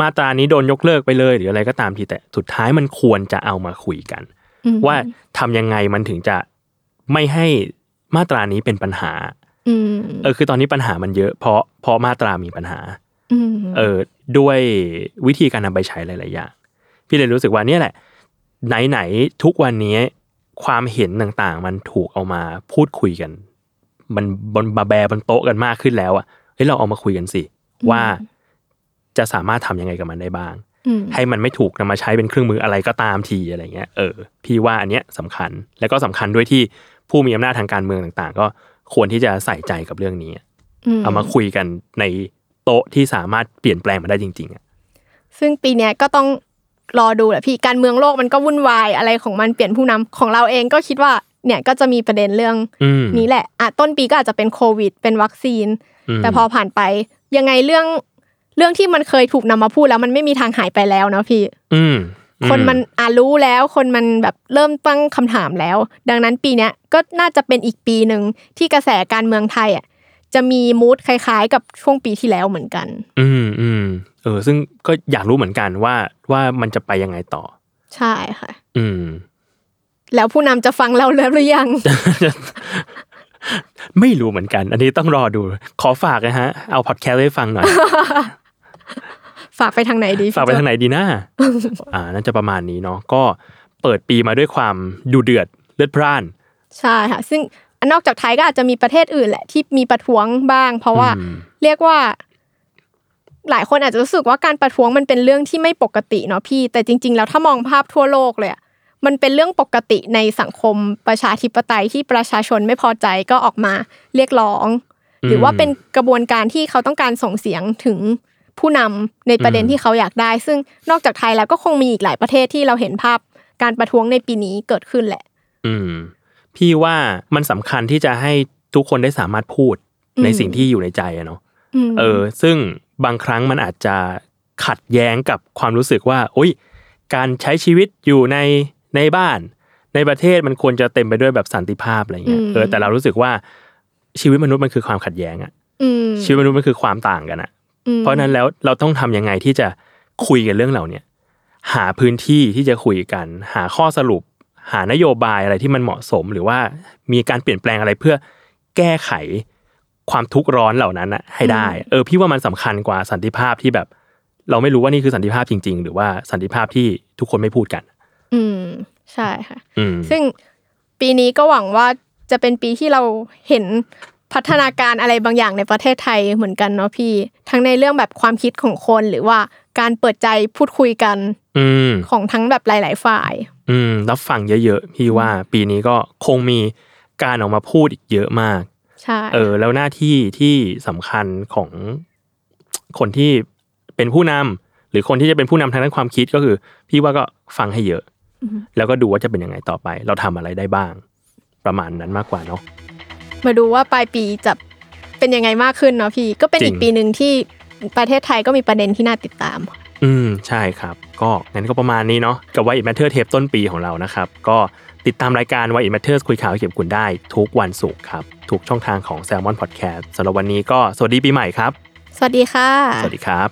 มาตรานี้โดนยกเลิกไปเลย หรืออะไรก็ตามทีแต่สุดท้ายมันควรจะเอามาคุยกัน อืม ว่าทำยังไงมันถึงจะไม่ให้มาตรานี้เป็นปัญหา อืม เออคือตอนนี้ปัญหามันเยอะเพราะเพราะมาตรามีปัญหา ม เออด้วยวิธีการนำไปใช้หลาย ๆ อย่าง พี่เลยรู้สึกว่าเนี่ยแหละ ไหน ๆ ทุกวันนี้ความเห็นต่าง ๆ มันถูกเอามาพูดคุยกัน มันบนบาแบร์บนโต๊ะกันมากขึ้นแล้วอ่ะเฮ้ยเราเอามาคุยกันสิ ว่าจะสามารถทำยังไงกับมันได้บ้าง ม ให้มันไม่ถูกนำมาใช้เป็นเครื่องมืออะไรก็ตามทีอะไรเงี้ยเออพี่ว่าอันเนี้ยสำคัญแล้วก็สำคัญด้วยที่ผู้มีอำนาจทางการเมืองต่าง ๆ ก็ควรที่จะใส่ใจกับเรื่องนี้ เอามาคุยกันในโต๊ะที่สามารถเปลี่ยนแปลงมาได้จริงๆอะ ซึ่งปีเนี้ยก็ต้องรอดูแหละพี่การเมืองโลกมันก็วุ่นวายอะไรของมันเปลี่ยนผู้นำของเราเองก็คิดว่าเนี่ยก็จะมีประเด็นเรื่อง อืม นี้แหละอ่ะต้นปีก็อาจจะเป็นโควิด เป็นวัคซีน ม แต่พอผ่านไปยังไงเรื่องเรื่องที่มันเคยถูกนำมาพูดแล้วมันไม่มีทางหายไปแล้วนะพี่ อืมอื คนมันอ่ารู้แล้วคนมันแบบเริ่มตั้งคำถามแล้ว ดังนั้นปีเนี้ยก็น่าจะเป็นอีกปีหนึ่งที่กระแสการเมืองไทยอ่ะจะมีมูดคล้ายๆ กับช่วงปีที่แล้วเหมือนกัน อืมอืมเออ ซึ่งก็อยากรู้เหมือนกันว่าว่ามันจะไปยังไงต่อ ใช่ค่ะ อืม แล้วผู้นำจะฟังเราแล้วหรือยัง ไม่รู้เหมือนกัน อันนี้ต้องรอดู ขอฝากนะฮะ เอาพอดแคสต์ให้ฟัง หน่อย ฝากไปทางไหนดีพี่ ฝากไป โจ้ ทางไหนดี นะ อ่าน่าจะประมาณนี้เนาะก็เปิดปีมาด้วยความดูเดือดเลือดพร่าน ใช่ค่ะ ซึ่งนอกจากไทยก็อาจจะมีประเทศอื่นแหละที่มีประท้วงบ้าง เพราะว่า อืม เรียกว่า หลายคนอาจจะรู้สึกว่าการประท้วงมันเป็นเรื่องที่ไม่ปกติเนาะพี่ แต่จริง ๆ แล้วถ้ามองภาพทั่วโลกเลยอะมันเป็นเรื่องปกติในสังคมประชาธิปไตยที่ประชาชนไม่พอใจก็ออกมาเรียกร้อง หรือว่าเป็นกระบวนการที่เขาต้องการส่งเสียงถึงผู้นำในประเด็นที่เขาอยากได้ ซึ่งนอกจากไทยแล้วก็คงมีอีกหลายประเทศที่เราเห็นภาพการประท้วงในปีนี้เกิดขึ้นแหละ อืม พี่ว่ามันสำคัญที่จะให้ทุกคนได้สามารถพูดใน อืม สิ่งที่อยู่ในใจอะเนาะ ม เออซึ่งบางครั้งมันอาจจะขัดแย้งกับความรู้สึกว่าโอ๊ยการใช้ชีวิตอยู่ในในบ้าน ในประเทศมันควรจะเต็มไปด้วยแบบสันติภาพอะไรเงี้ยเออแต่เรารู้สึกว่าชีวิตมนุษย์มันคือความขัดแย้งอะ ม ชีวิตมนุษย์มันคือความต่างกันอะ อืม เพราะฉะนั้นแล้วเราต้องทำยังไงที่จะคุยกันเรื่องเหล่าเนี้ยหาพื้นที่ที่จะคุยกัน หาข้อสรุป หานโยบายอะไรที่มันเหมาะสม หรือว่ามีการเปลี่ยนแปลงอะไรเพื่อแก้ไขความทุกข์ร้อนเหล่านั้นน่ะให้ได้ เออพี่ว่ามันสำคัญกว่าสันติภาพที่แบบ เราไม่รู้ว่านี่คือสันติภาพจริง ๆ หรือว่าสันติภาพที่ทุกคนไม่พูดกัน อืมใช่ค่ะ อืม ซึ่งปีนี้ก็หวังว่าจะเป็นปีที่เราเห็นพัฒนาการอะไรบางอย่างในประเทศไทยเหมือนกันเนาะพี่ ทั้งในเรื่องแบบความคิดของคนหรือว่าการเปิดใจพูดคุยกัน อืม ของทั้งแบบหลาย ๆ ฝ่าย อืมรับฟังเยอะๆพี่ว่าปีนี้ก็คงมีการออกมาพูดอีกเยอะมาก ใช่ เออแล้วหน้าที่ที่สำคัญของคนที่เป็นผู้นำหรือคนที่จะเป็นผู้นำทางด้านความคิดก็คือ พี่ว่าก็ฟังให้เยอะ แล้วก็ดูว่าจะเป็นยังไงต่อไป เราทำอะไรได้บ้าง ประมาณนั้นมากกว่าเนาะ มาดูว่าปลายปีจะเป็นยังไงมากขึ้นเนาะพี่ ก็เป็น จริง อีกปีหนึ่งที่ประเทศไทยก็มีประเด็นที่น่าติดตาม อืมใช่ครับ ก็งั้นก็ประมาณนี้เนาะกับว่าอิ t แมทเทอร์เทปต้นปีของเรานะครับ ก็ติดตามรายการว่าอิ t แมทเทอร์คุยข่าวให้เก็บคุณได้ ทุกวันศุกร์ครับทุกช่องทางของ s ซ l m o n Podcast สำหรับวันนี้ก็สวัสดีปีใหม่ครับ สวัสดีค่ะ สวัสดีครับ